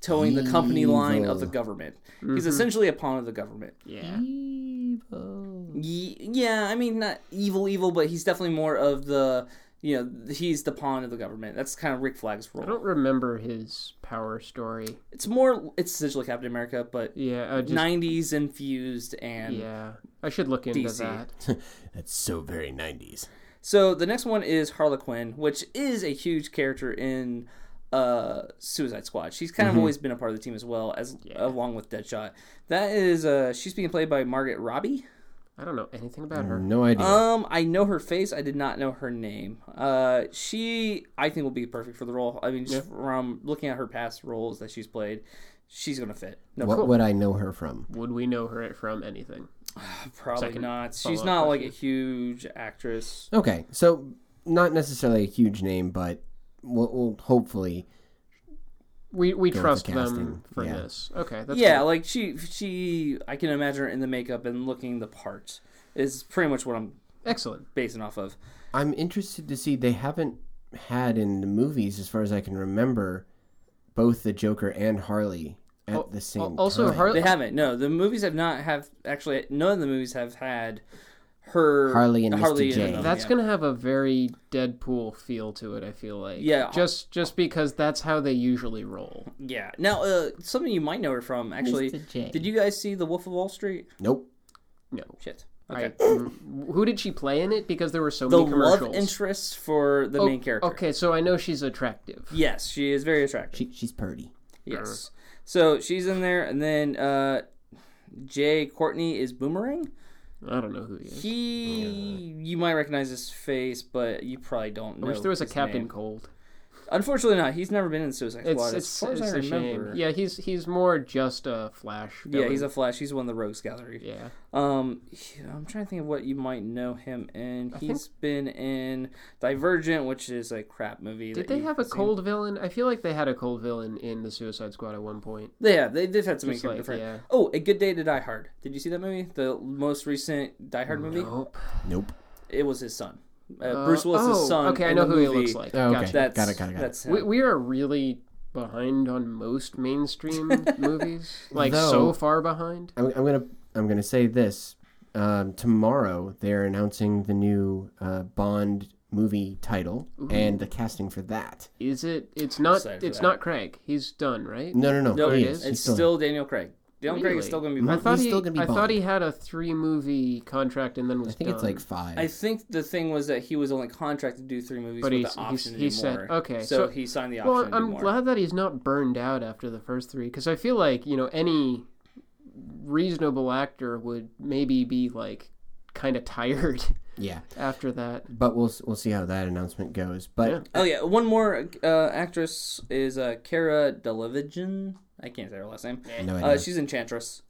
Speaker 3: towing the company line of
Speaker 1: Evil.
Speaker 3: the
Speaker 1: Mm-hmm.
Speaker 3: government. He's essentially a pawn of the government.
Speaker 2: yeah.
Speaker 1: Evil.
Speaker 3: Ye- Yeah, I mean not evil, evil, but he's definitely more of the you know he's the pawn of the government. That's kind of Rick Flag's
Speaker 2: I
Speaker 3: role.
Speaker 2: don't remember his power story.
Speaker 3: It's more it's essentially Captain America, but
Speaker 2: Yeah, I just,
Speaker 3: '90s infused and
Speaker 2: yeah, I should look into
Speaker 3: DC.
Speaker 2: that.
Speaker 1: That's so very 90s.
Speaker 3: So the next one is Harley Quinn, which is a huge character in uh, Suicide Squad. She's kind of always been a part of the team as well as
Speaker 2: Mm-hmm. Yeah.
Speaker 3: along with Deadshot. That is uh, she's being played by Margaret Robbie.
Speaker 2: I don't know anything about her.
Speaker 1: No idea.
Speaker 3: Um, I know her face. I did not know her name. Uh, she I think will be perfect for the role. I mean, just from looking at her past roles that she's played, she's gonna fit. No,
Speaker 1: what would I know her from?
Speaker 2: Would we know her from anything?
Speaker 3: probably
Speaker 2: second
Speaker 3: not. She's
Speaker 2: follow-up
Speaker 3: not like a huge actress.
Speaker 1: Okay, so not necessarily a huge name, but we'll, we'll hopefully.
Speaker 2: We we
Speaker 1: Go with
Speaker 2: trust
Speaker 1: the
Speaker 2: them
Speaker 1: casting,
Speaker 2: for
Speaker 1: yeah.
Speaker 2: this. Okay, that's
Speaker 3: yeah,
Speaker 2: good.
Speaker 3: like she she I can imagine her in the makeup and looking the part is pretty much what I'm
Speaker 2: excellent.
Speaker 3: basing off of.
Speaker 1: I'm interested to see they haven't had in the movies, as far as I can remember, both the Joker and Harley at
Speaker 2: Al-
Speaker 1: the same
Speaker 2: al- also
Speaker 1: time.
Speaker 2: Harley-
Speaker 3: They haven't. No, the movies have not have actually none of the movies have had her
Speaker 1: Harley and Mr.
Speaker 3: in
Speaker 1: J.
Speaker 3: them,
Speaker 2: That's
Speaker 3: yeah.
Speaker 2: gonna have a very Deadpool feel to it. I feel like
Speaker 3: Yeah.
Speaker 2: just just because that's how they usually roll.
Speaker 3: yeah. Now uh, something you might know her from actually.
Speaker 1: Mr. J.
Speaker 3: Did you guys see The Wolf of Wall Street?
Speaker 1: Nope.
Speaker 2: No,
Speaker 3: Shit.
Speaker 2: I-
Speaker 3: Okay.
Speaker 2: mm, who did she play in it? Because there were so
Speaker 3: the
Speaker 2: many commercials.
Speaker 3: love interest for the
Speaker 2: Oh,
Speaker 3: main character.
Speaker 2: Okay, so I know she's attractive.
Speaker 3: Yes, she is very attractive.
Speaker 1: She, she's purdy.
Speaker 3: Yes. So she's in there, and then uh, Jay Courtney is Boomerang.
Speaker 2: I don't know who he is.
Speaker 3: He, you might recognize his face, but you probably don't know.
Speaker 2: I wish there was a
Speaker 3: his
Speaker 2: Captain
Speaker 3: name.
Speaker 2: Cold.
Speaker 3: Unfortunately, not. He's never been in Suicide
Speaker 2: It's
Speaker 3: Squad.
Speaker 2: it's,
Speaker 3: as
Speaker 2: it's,
Speaker 3: far as I
Speaker 2: a shame.
Speaker 3: remember.
Speaker 2: Yeah, he's he's more just a Flash.
Speaker 3: Yeah,
Speaker 2: villain.
Speaker 3: he's a Flash. He's one of the Rogues Gallery.
Speaker 2: yeah.
Speaker 3: Um, he- I'm trying to think of what you might know him in.
Speaker 2: I think-
Speaker 3: He's been in Divergent, which is a crap movie.
Speaker 2: Did
Speaker 3: that
Speaker 2: they
Speaker 3: you
Speaker 2: have a
Speaker 3: haven't seen.
Speaker 2: cold villain? I feel like they had a cold villain in the Suicide Squad at one point.
Speaker 3: Yeah, they did have something
Speaker 2: Just like,
Speaker 3: different.
Speaker 2: yeah.
Speaker 3: Oh, A Good Day to Die Hard. Did you see that movie? The most recent Die Hard movie.
Speaker 2: Nope.
Speaker 1: Nope.
Speaker 3: It was his son, uh,
Speaker 2: Uh,
Speaker 3: Bruce Willis's
Speaker 2: oh,
Speaker 3: son.
Speaker 2: Okay, I
Speaker 3: in
Speaker 2: know
Speaker 3: the
Speaker 2: who he
Speaker 3: movie.
Speaker 2: looks like.
Speaker 1: Oh, okay.
Speaker 2: Gotcha.
Speaker 3: That's
Speaker 1: Got it, got it, got it.
Speaker 3: that's him.
Speaker 2: We, we are really behind on most mainstream movies. Like so
Speaker 1: Though-
Speaker 2: far behind.
Speaker 1: I'm, I'm gonna I'm gonna say this. Um, tomorrow they're announcing the new uh, Bond movie title and the casting for that.
Speaker 2: Is it? It's not.
Speaker 3: Excited for
Speaker 2: It's
Speaker 3: that.
Speaker 2: not Craig. He's done, right?
Speaker 1: No, no, no.
Speaker 3: No,
Speaker 1: he
Speaker 3: it
Speaker 2: is.
Speaker 1: He's
Speaker 3: It's still, Daniel Craig. Daniel Craig is
Speaker 2: Really?
Speaker 3: still going to be
Speaker 1: Mhm.
Speaker 2: I
Speaker 3: Bond.
Speaker 2: thought
Speaker 1: He's
Speaker 2: he.
Speaker 1: still gonna be
Speaker 2: I thought
Speaker 1: Bond.
Speaker 2: he had a three movie contract and then was.
Speaker 1: I think it's
Speaker 2: done.
Speaker 1: like five.
Speaker 3: I think the thing was that he was only contracted to do three movies,
Speaker 2: But
Speaker 3: with
Speaker 2: he's-
Speaker 3: the
Speaker 2: he's-
Speaker 3: option to
Speaker 2: he
Speaker 3: do
Speaker 2: said-
Speaker 3: more.
Speaker 2: okay,
Speaker 3: so,
Speaker 2: so-
Speaker 3: he signed the option.
Speaker 2: Well,
Speaker 3: to do
Speaker 2: I'm
Speaker 3: more.
Speaker 2: glad that he's not burned out after the first three because I feel like you know any reasonable actor would maybe be like kind of tired
Speaker 1: yeah,
Speaker 2: after that.
Speaker 1: but we'll s- we'll see how that announcement goes. But
Speaker 2: Yeah.
Speaker 3: Oh yeah, one more uh, actress is uh, Cara Delevingne. I can't say her last name.
Speaker 1: no idea.
Speaker 3: Uh, she's Enchantress.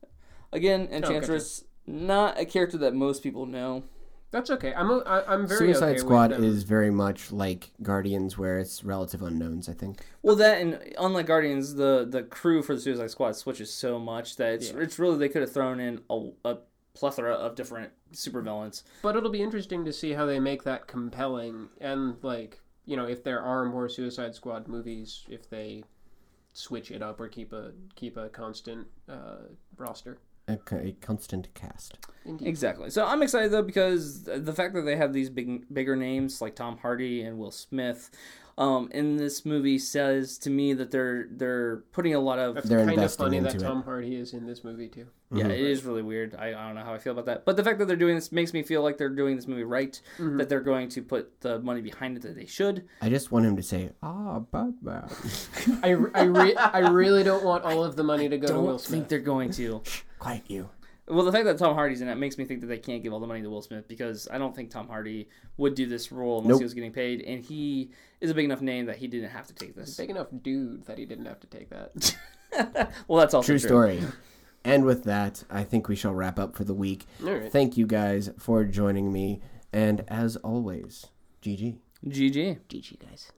Speaker 3: Again, Enchantress, not a character that most people know.
Speaker 2: That's okay. I'm o- I, am very
Speaker 1: Suicide
Speaker 2: okay
Speaker 1: Squad
Speaker 2: with them.
Speaker 1: is very much like Guardians, where it's relative unknowns. I think.
Speaker 3: Well, that and unlike Guardians, the the crew for the Suicide Squad switches so much that it's,
Speaker 2: Yeah.
Speaker 3: it's really they could have thrown in a, a plethora of different supervillains.
Speaker 2: But it'll be interesting to see how they make that compelling and like you know if there are more Suicide Squad movies, if they switch it up or keep a keep a constant uh, roster.
Speaker 1: A, co- a constant cast.
Speaker 2: Indeed.
Speaker 3: Exactly. So I'm excited though because the fact that they have these big bigger names like Tom Hardy and Will Smith um, in this movie says to me that they're they're putting a lot of
Speaker 2: That's Mhm.
Speaker 1: They're
Speaker 2: kind of
Speaker 1: investing
Speaker 2: funny that
Speaker 1: into it.
Speaker 2: Tom Hardy is in this movie too.
Speaker 3: yeah it is really weird. I, I don't know how I feel about that, but the fact that they're doing this makes me feel like they're doing this movie right.
Speaker 2: Mhm.
Speaker 3: That they're going to put the money behind it that they should.
Speaker 1: I just want him to say, "Ah, Batman."
Speaker 2: I, re- I, re- I really don't want all of the money to go to
Speaker 3: Don't
Speaker 2: Will
Speaker 3: think
Speaker 2: Smith.
Speaker 3: they're going to.
Speaker 1: Quiet you.
Speaker 3: Well, the fact that Tom Hardy's in it makes me think that they can't give all the money to Will Smith because I don't think Tom Hardy would do this role unless
Speaker 1: Nope.
Speaker 3: he was getting paid, and he is a big enough name that he didn't have to take this.
Speaker 2: Big enough dude that he didn't have to take that.
Speaker 3: Well, that's also
Speaker 1: True story. and with that, I think we shall wrap up for the week.
Speaker 2: All right.
Speaker 1: Thank you guys for joining me. And as always, GG.
Speaker 3: GG.
Speaker 2: GG guys.